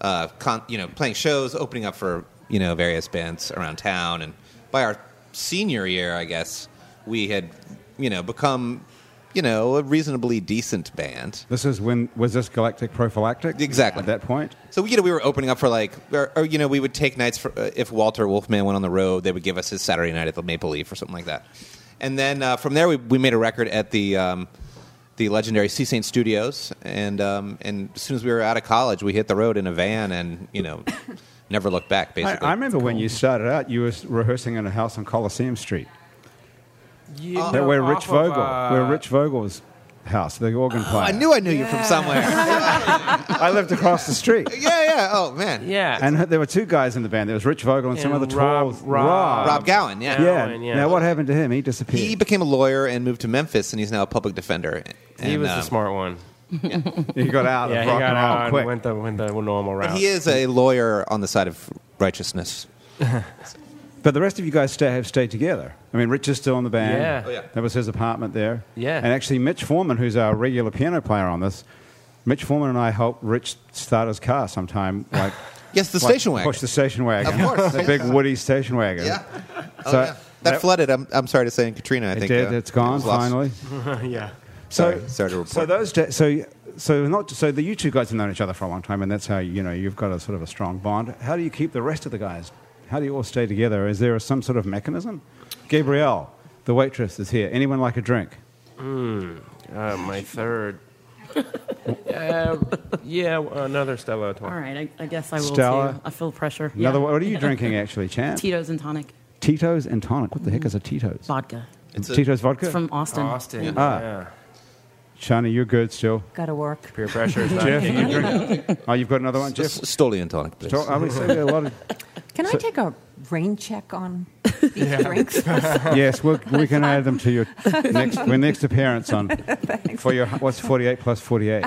D: uh, con- you know, playing shows, opening up for you know various bands around town. And by our senior year, I guess we had, you know, become, you know, a reasonably decent band.
A: this is when was this galactic prophylactic?
D: Exactly.
A: At that point,
D: So you know, we were opening up for like, or, or, you know, we would take nights for uh, if Walter Wolfman went on the road, they would give us his Saturday night at the Maple Leaf or something like that. And then uh, from there, we, we made a record at the um, the legendary Sea Saint Studios, and um, and as soon as we were out of college, we hit the road in a van, and you know, never looked back.
A: I,
D: Basically,
A: I remember when you started out, you were rehearsing in a house on Coliseum Street.
C: You
A: That
C: know,
A: where
C: Oh, off
A: Rich
C: of,
A: Vogel,
C: uh,
A: where Rich Vogel's house, the organ player.
D: Oh, I knew I knew you from
C: (laughs)
D: somewhere. yeah,
A: I lived across the street,
D: (laughs) yeah. Oh man,
C: Yeah,
A: and there were two guys in the band. There was Rich Vogel and, some
C: And
A: other
C: Rob-
A: tall
C: Rob-
D: Rob Gowan. Yeah.
A: Yeah.
C: Gowan, yeah.
A: Now what happened to him? He disappeared.
D: He became a lawyer and moved to Memphis, and he's now a public defender.
C: he
D: And,
C: was the
D: um,
C: smart one.
A: He got out
C: Yeah,
A: of
C: he
A: rock and
C: got
A: roll
C: out
A: quick.
C: and went the, went the normal route.
D: But he is a lawyer on the side of righteousness.
A: But the rest of you guys stay, have stayed together. I mean, Rich is still in the band.
C: Yeah. Oh, yeah.
A: That was his apartment there.
C: Yeah.
A: And actually, Mitch Foreman, who's our regular piano player on this, Mitch Foreman and I helped Rich start his car sometime. Like,
D: Yes, the
A: like
D: (laughs) station wagon.
A: Push the station wagon.
D: Of
A: (laughs)
D: course,
A: the
D: yeah.
A: big woody station wagon.
D: Yeah. Oh,
A: So-
D: yeah. That, flooded. I'm, I'm sorry to say, in Katrina. I
A: It
D: think
A: did.
D: uh,
A: it's gone
D: was lost.
A: finally.
D: (laughs)
C: yeah.
A: So,
D: Sorry, sorry to report.
A: so those da- so so not so the you two guys have known each other for a long time, and that's how you know you've got a sort of a strong bond. How do you keep the rest of the guys? How do you all stay together? Is there some sort of mechanism? Gabrielle, the waitress, is here. Anyone like a drink?
C: Uh, my third. uh, yeah, another Stella
E: All
C: Artois.
E: right. I, I guess I will
A: Stella.
E: too. I feel pressure.
A: Another.
E: yeah.
A: What are you drinking actually, Chan?
E: Tito's and tonic
A: Tito's and tonic. What the heck is a Tito's?
E: vodka.
D: It's a-
A: Tito's vodka.
E: It's from Austin.
C: Austin. Yeah.
A: Ah. Shani, you're good still.
B: Got to work.
C: Peer pressure is not
A: Jeff,
C: kicking
A: you
C: in.
A: drink? Oh, you've got another one,
D: Just
A: Jeff.
D: Stoli and tonic, please.
A: Are we saying a lot of
B: Can I take a rain check on these drinks?
A: yes, we'll, we can add them to
B: (laughs)
A: your next, your next appearance on for your what's forty eight plus forty
B: (laughs)
A: eight.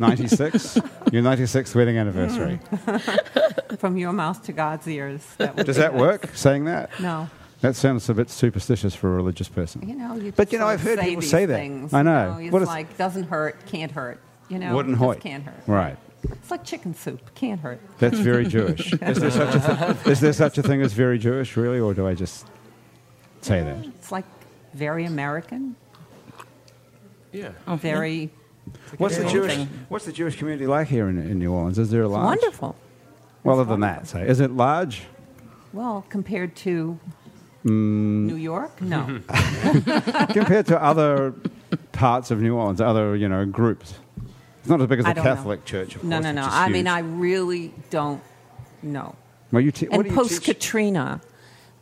A: Ninety six. Your ninety sixth wedding anniversary.
B: Mm. From your mouth to God's ears. That would
A: Does
B: be
A: that
B: nice.
A: work? Saying that.
B: No.
A: That sounds a bit superstitious for a religious person.
B: You know, you
A: But,
B: just
A: you know,
B: sort
A: I've
B: of
A: heard people
B: these
A: say that.
B: things,
A: I
B: you
A: know. What
B: It's
A: is-
B: like doesn't hurt, can't hurt. You know,
A: Wouldn't
B: just
A: hoit.
B: can't hurt.
A: Right.
B: It's like chicken soup, can't hurt.
A: That's very
B: (laughs)
A: Jewish. is, there such a th- is there such a thing as very Jewish, really, or do I just say that?
B: It's like very American,
C: Yeah.
B: very
A: What's the
E: Very
A: Jewish?
E: interesting.
A: What's the Jewish community like here in, in New Orleans? Is there a large?
B: wonderful.
A: Well, other than that, say, is it large?
B: Well, compared to New York, no.
A: compared to other parts of New Orleans, other you know groups. It's not as big as
B: I
A: the
B: don't know.
A: Catholic Church, of
B: no,
A: course,
B: no, no.
A: which is
B: I mean,
A: huge.
B: I really don't know.
A: Well, you te- what
B: And
A: do you
B: post
A: teach?
B: Katrina,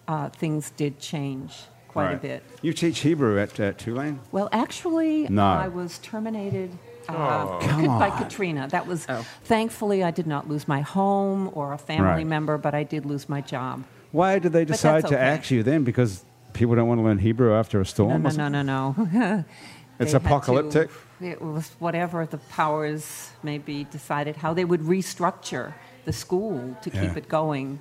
B: uh, things did change quite a
A: Right.
B: bit.
A: You teach Hebrew at uh, Tulane.
B: Well, actually,
A: No.
B: I was terminated uh,
A: Come
B: by
A: on.
B: Katrina. That was
E: Oh.
B: thankfully I did not lose my home or a family
A: Right.
B: member, but I did lose my job.
A: Why did they
B: that's
A: decide to
B: okay.
A: axe you then? Because people don't want to learn Hebrew after a storm.
B: No,
A: or
B: no, no,
A: something?
B: no, no.
A: (laughs) It's
B: They had to-
A: apocalyptic?
B: it was whatever the powers maybe decided how they would restructure the school to keep
A: Yeah.
B: it going.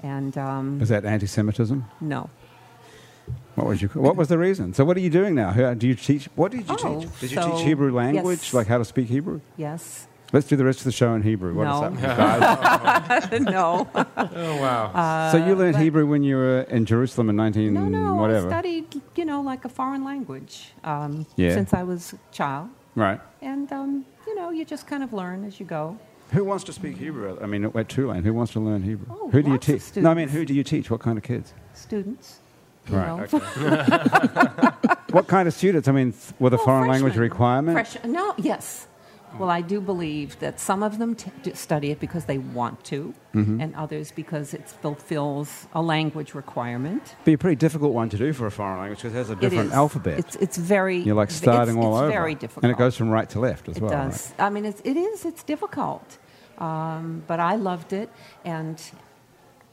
B: And um,
A: Is that anti-Semitism?
B: no.
A: What was you? What was the reason? So, what are you doing now? How- Do you teach? What did you
B: Oh,
A: teach? Did you
B: so-
A: teach Hebrew language,
B: yes.
A: like how to speak Hebrew?
B: Yes.
A: Let's do the rest of the show in Hebrew. What
B: No.
A: is that?
B: (laughs)
A: Guys?
B: no.
C: Oh wow.
A: so you learned Hebrew when you were in Jerusalem in 19
B: (laughs) Uh, No, no.
A: whatever.
B: I studied, you know, like a foreign language um,
A: Yeah.
B: since I was a child.
A: Right.
B: And, um, you know, you just kind of learn as you go.
A: Who wants to speak Hebrew? I mean, at Tulane, who wants to learn Hebrew?
B: Oh,
A: who do you
B: lots of
A: teach? No, I mean, who do you teach? What kind of kids?
B: Students. You know.
A: Right.
B: (laughs)
A: okay. what kind of students? I mean, th- with a
B: Well,
A: foreign language
B: freshmen.
A: requirement?
B: Fresh- no, yes. Well, I do believe that some of them t- d- study it because they want to,
A: Mm-hmm.
B: and others because it fulfills a language requirement.
A: Be a pretty difficult one to do for a foreign language because it has a
B: It
A: different
B: is.
A: alphabet.
B: It's, it's very.
A: You're like
B: it's-
A: starting
B: it's,
A: all over.
B: It's very difficult.
A: And it goes from right to left as
B: It
A: well. right?
B: does. I mean, it's, it is. It's difficult, um, but I loved it. And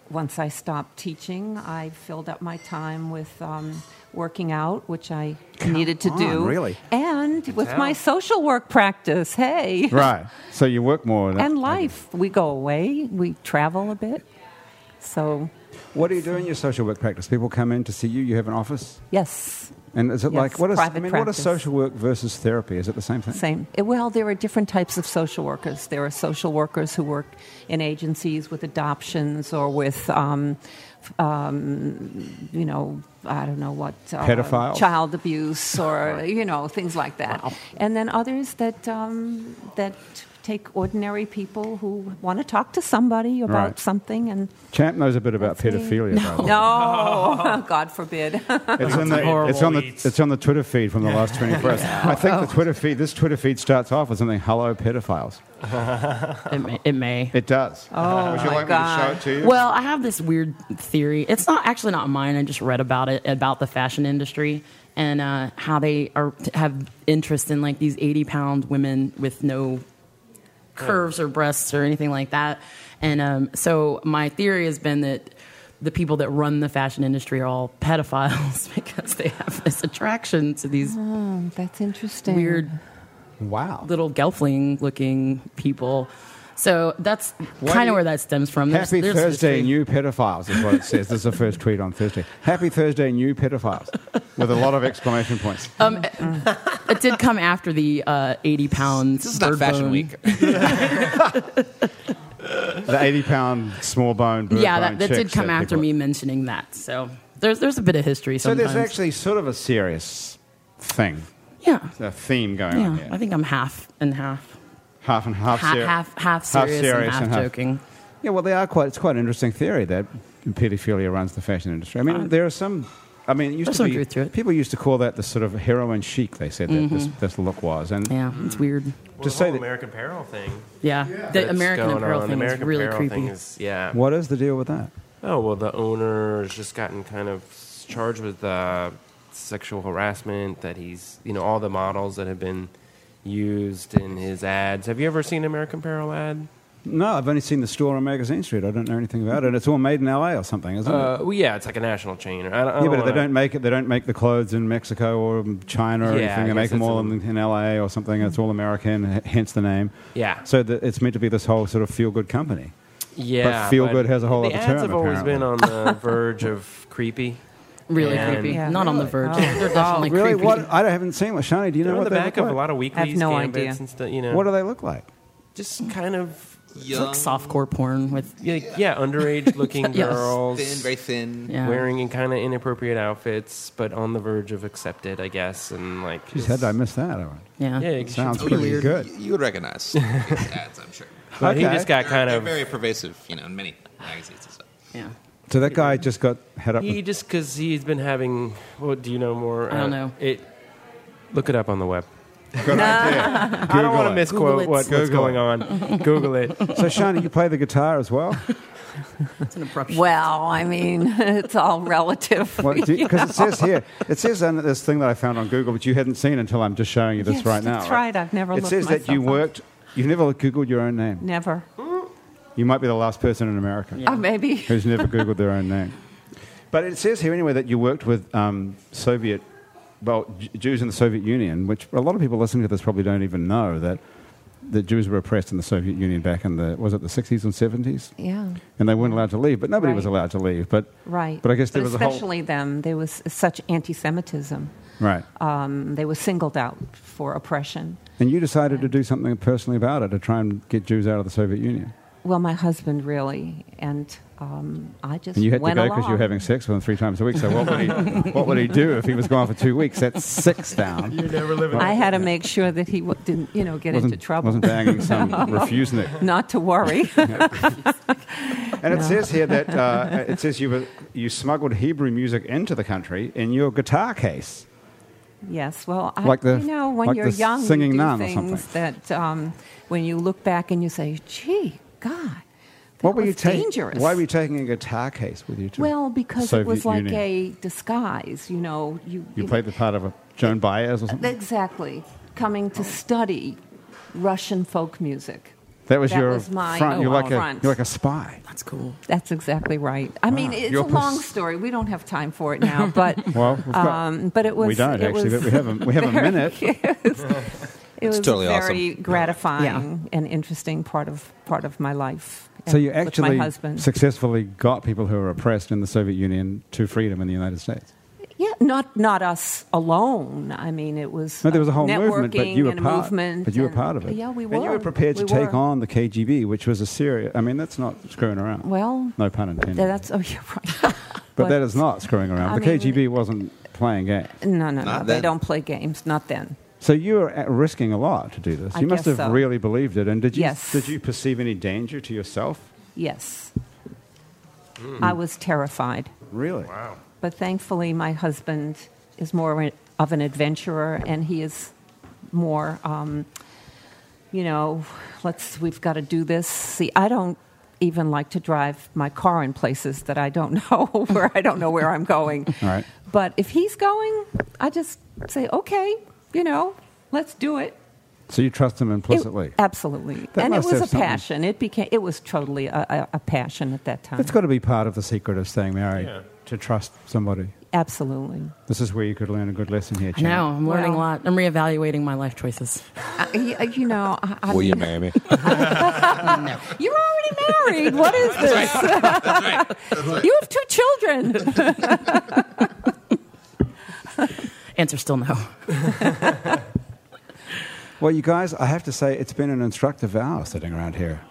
B: once I stopped teaching, I filled up my time with um, working out, which I needed to
A: on,
B: do,
A: really?
B: and with
C: tell.
B: my social work practice. Hey,
A: Right. So you work more. than-
B: and life. We go away. We travel a bit. So
A: What do you do in your social work practice? People come in to see you. You have an office,
B: yes,
A: and is it
B: Yes,
A: like what is? I
B: private
A: mean, what is
B: practice.
A: social work versus therapy? Is it the same thing?
B: Same. Eh, Well, there are different types of social workers. There are social workers who work in agencies with adoptions or with, um, f- um, you know, I don't know what. Uh,
A: Pedophiles?
B: Child abuse or, you know, things like that. And then others that, um, that take ordinary people who want to talk to somebody about
A: Right. Oh.
B: something and.
A: Champ knows a bit about
B: That's me.
A: pedophilia. by the way.
B: No, (laughs) God forbid.
A: It's, in the,
C: horrible
A: it's on the
C: leads.
A: it's on the Twitter feed from the
E: (laughs)
A: last 24 hours. I think
E: Oh.
A: the Twitter feed this Twitter feed starts off with something "Hello pedophiles."
E: It may. It may.
A: It does.
B: Oh,
A: Would you
B: my
A: like me to show
B: God.
A: it to you?
E: Well, I have this weird theory. It's not actually not mine. I just read about it about the fashion industry and uh, how they are have interest in like these eighty pound women with no curves or breasts or anything like that. And um, so my theory has been that the people that run the fashion industry are all pedophiles (laughs) because they have this attraction to these
B: Oh, that's interesting.
E: weird
A: wow.
E: little gelfling looking people. So that's kind of
A: you-
E: where that stems from. There's-
A: Happy
E: there's
A: Thursday,
E: history.
A: new pedophiles is what it says. this is the first tweet on Thursday. Happy Thursday, new pedophiles, with a lot of exclamation points.
E: Um, (laughs) It did come after the uh, 80 pounds.
D: This is not Fashion Week.
A: the 80 pound small bone. bird
E: Yeah,
A: bone
E: that, that did
A: chicks
E: come
A: that
E: after
A: people-
E: me mentioning that. So there's there's a bit of history.
A: So
E: Sometimes.
A: there's actually sort of a serious thing,
E: yeah,
A: a theme going
E: yeah.
A: on here.
E: I think I'm half and half,
A: half and half,
E: half
A: seri-
E: half, half serious, and half, joking.
A: Yeah, well, they are quite. It's quite an interesting theory that pedophilia runs the fashion industry. I mean, there are some. I mean, it used
E: There's
A: to
E: some
A: be
E: truth to it.
A: people used to call that the sort of heroin chic. They said that
C: Mm-hmm.
A: this, this look was, and
E: Yeah, it's weird.
C: well,
A: to
C: the
A: say
C: whole
A: that-
C: American Apparel thing.
E: Yeah, the
C: that's
E: American
C: going
E: Apparel
C: on.
E: thing
C: American
E: is really
C: Apparel
E: creepy.
C: thing is- yeah.
A: what is the deal with that?
C: Oh well, the owner has just gotten kind of charged with uh, sexual harassment. That he's, you know, all the models that have been used in his ads. Have you ever seen American Apparel ad?
A: No, I've only seen the store on Magazine Street. I don't know anything about it. It's all made in LA or something, isn't it?
C: Uh, well, yeah, it's like a national chain. Or I don't, I
A: Yeah, but if they
C: wanna-
A: don't make it. They don't make the clothes in Mexico or China or
C: Yeah, I
A: anything. They
C: guess
A: make them
C: it's
A: all
C: all-
A: in, in LA or something. It's all American, h- hence the name.
C: Yeah.
A: So the, it's meant to be this whole sort of feel good company.
C: Yeah,
A: But feel good has a whole
C: the
A: other
C: ads
A: term,
C: have always
A: apparently. (laughs)
C: been on the verge of creepy.
E: Really
C: Yeah.
E: creepy.
B: Yeah,
E: Not on the
B: really.
E: verge.
B: Oh.
E: They're definitely
A: Really?
E: creepy.
A: What? I haven't seen one. Shani, do you
C: They're
A: know
C: on
A: what
C: the
A: they
C: back
A: look
C: of a
A: like?
C: lot of weeklies,
B: I have no
C: gambits,
B: idea.
C: and stuff. You know,
A: What do they look like?
C: just kind of
E: It's like softcore porn with
C: yeah, yeah
A: (laughs)
C: underage looking
E: Yes.
C: girls.
D: thin, very thin.
E: yeah.
C: Wearing in kind of inappropriate outfits, but on the verge of accepted, I guess, and like.
A: She said, I missed that. All right.
E: yeah.
C: Yeah, it
A: Sounds
D: Oh,
A: pretty
D: you,
A: good.
D: You would recognize
A: (laughs)
D: these ads, I'm sure.
C: But he
A: Okay.
C: just got
D: They're-
C: kind
D: they're
C: of
D: very pervasive, you know, in many magazines and stuff.
E: yeah.
A: So that guy just got head up.
C: He
A: With,
C: just because he's been having. What do you know more? Uh,
E: I don't know.
C: It. Look it up on the
E: (laughs)
C: web.
A: good idea.
C: I don't want to
E: Google
C: misquote what,
E: it.
C: what's
A: Google
C: going
A: it.
C: on. Google it.
A: So Shani, you play the guitar as
C: (laughs)
A: well?
E: It's an abruption.
B: Well, I mean, (laughs) it's all relative.
A: Because it says here, it says on this thing that I found on Google, which you hadn't seen until I'm just showing you this
B: Yes,
A: right now.
B: that's right. I've never
A: It
B: looked
A: says that you
B: myself up.
A: worked. You've never googled your own name.
B: Never.
A: You might be the last person in America
B: Or maybe.
A: who's never googled their own name. (laughs) But it says here anyway that you worked with um, Soviet, well, J- Jews in the Soviet Union, which a lot of people listening to this probably don't even know that the Jews were oppressed in the Soviet Union back in the was it the 60s and 70s,
B: Yeah.
A: and they weren't allowed to leave. But nobody was
B: Right.
A: allowed to leave. But
B: Right.
A: But I guess there was a whole
B: especially them. There was such anti-Semitism.
A: right.
B: Um, they were singled out for oppression.
A: And you decided to do something personally about it to try and get Jews out of the Soviet Union.
B: Well, my husband really, and um, I just
A: And you had
B: went
A: to go because
B: along.
A: you were having sex with him three times a week. So what would he, what would he do if he was gone for two weeks? That's six down.
B: I
A: (laughs)
B: had to make sure that he w- didn't, you know, get into trouble.
A: wasn't banging
B: (laughs)
A: some refusenik.
B: Not
A: (laughs)
B: to worry.
A: And it says here that uh, it says you, were, you smuggled Hebrew music into the country in your guitar case.
B: yes. Well, I,
A: Like the-
B: you know, when
A: like
B: you're
A: the
B: young, you
A: singing
B: do
A: nun or
B: things that um, when you look back and you say, "Gee, God, that
A: What were
B: was
A: you taking?
B: dangerous."
A: Why were you taking a guitar case with you? To
B: well, because
A: Soviet
B: it was like
A: Union?
B: a disguise. You know, you
A: You played the part of a Joan Baez or something.
B: Exactly. Coming to study Russian folk music.
A: That was
B: that
A: your
B: was my
A: front. You're like a
B: front.
A: you're like a spy.
E: That's cool.
B: That's exactly right. I mean,
A: Wow.
B: it's
A: You're
B: a long
A: pers-
B: story. We don't have time for it
A: (laughs)
B: now, but
A: Well, we've got-
B: um, but it was
A: we don't
B: it
A: actually,
B: was
A: but we have a, we have a
B: (laughs) very-
A: minute.
B: It was
D: totally awesome.
B: very gratifying and interesting part of part of my life.
A: So
B: and
A: you
B: with
A: actually
B: my husband.
A: successfully got people who were oppressed in the Soviet Union to freedom in the United States.
B: Yeah, not not us alone. I mean, it was
A: No, there was a whole movement, but
B: networking
A: you were
B: and a
A: part.
B: movement
A: but you were
B: and-
A: part of it.
B: Yeah, we were.
A: And you were prepared to
B: We
A: take
B: were.
A: on the KGB, which was a serious. I mean, that's not screwing around.
B: Well,
A: no pun intended.
B: That's oh, you're
A: (laughs)
B: right.
A: but that is not screwing around.
B: I
A: the
B: mean-
A: KGB wasn't playing games.
B: No, no, no.
D: Not
B: They
D: then.
B: don't play games. Not then.
A: So you were at risking a lot to do this.
B: I
A: you must have
B: guess so.
A: really believed it. And did you
B: Yes.
A: did you perceive any danger to yourself?
B: Yes.
D: Hmm.
B: I was terrified.
A: Really?
B: But thankfully, my husband is more of an adventurer and he is more, um, you know, let's, we've got to do this. See, I don't even like to drive my car in places that I don't (laughs) know where I don't know where I'm going.
A: All right.
B: But if he's going, I just say, okay, you know, let's do it.
A: So you trust them
B: It- uh,
A: implicitly.
B: absolutely.
A: That
B: and it
A: must
B: was
A: have
B: a
A: something.
B: passion. It became it was totally a, a, a passion at that time.
A: That's got to be part of the secret of staying married to trust somebody.
B: Absolutely.
A: This is where you could learn a good lesson here,
E: I
A: Chan.
E: know. I'm learning
B: Well-
E: a lot. I'm reevaluating my life choices.
B: I, y- uh, you know, I, I mean,
D: marry
B: (laughs)
D: me?
B: you're already married. What is this? (laughs) you have two children.
E: Answer still no.
A: Well, you guys, I have to say it's been an instructive hour sitting around here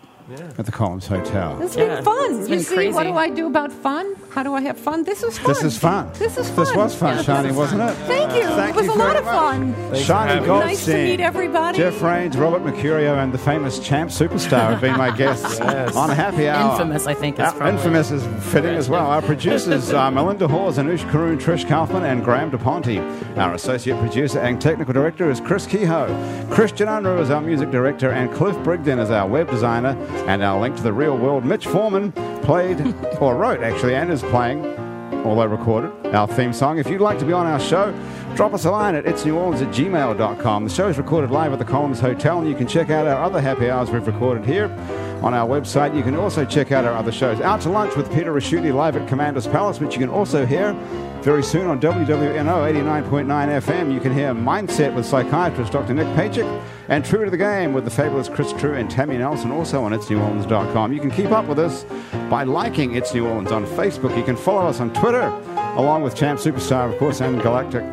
A: at the Columns Hotel.
B: It's
E: Yeah.
B: been fun.
E: It's
B: you
E: been
B: see,
E: crazy.
B: what do I do about fun? How do I have fun? This is fun.
A: this is fun.
B: This is fun.
A: This was fun, Shani, wasn't it?
B: Thank you.
A: Thank
B: it was
A: you
B: a lot
A: very
B: of fun.
A: Shani Goldstein.
B: Nice to meet everybody.
A: Jeff Rains, Robert Mercurio, and the famous Champ Superstar have been my
E: (laughs)
A: guests on Happy Hour.
E: Infamous, I think, is
A: Our-
E: probably-
A: Infamous is fitting as well. Our producers are Melinda Hawes, Anush Karoon, Trish Kaufman, and Graham DePonte. Our associate producer and technical director is Chris Kehoe. Christian Unruh is our music director, and Cliff Brigden is our web designer. And our link to the real world, Mitch Foreman, played,
E: (laughs)
A: or wrote actually, and is playing although recorded, our theme song. If you'd like to be on our show, Drop us a line at itsneworleans at gmail.com. The show is recorded live at the Columns Hotel, and you can check out our other happy hours we've recorded here on our website. You can also check out our other shows. Out to Lunch with Peter Raschuti live at Commander's Palace, which you can also hear very soon on WWNO 89.9 FM. You can hear Mindset with psychiatrist Dr. Nick Pajic and True to the Game with the fabulous Chris True and Tammy Nelson, also on itsneworleans.com. You can keep up with us by liking It's New Orleans on Facebook. You can follow us on Twitter, along with Champ Superstar, of course, and Galactic.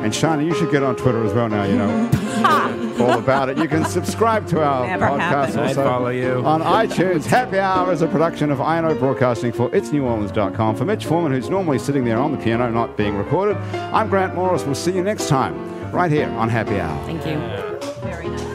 A: And Shana, you should get on Twitter as well now, you know. all about it. You can subscribe to our
B: Never
A: podcast
B: happened.
C: I'd
A: also
C: follow you.
A: on iTunes. Happy Hour is a production of INO Broadcasting for itsneworleans.com. For Mitch Foreman, who's normally sitting there on the piano, not being recorded, I'm Grant Morris. We'll see you next time, right here on Happy Hour.
E: Thank you.
B: Very nice.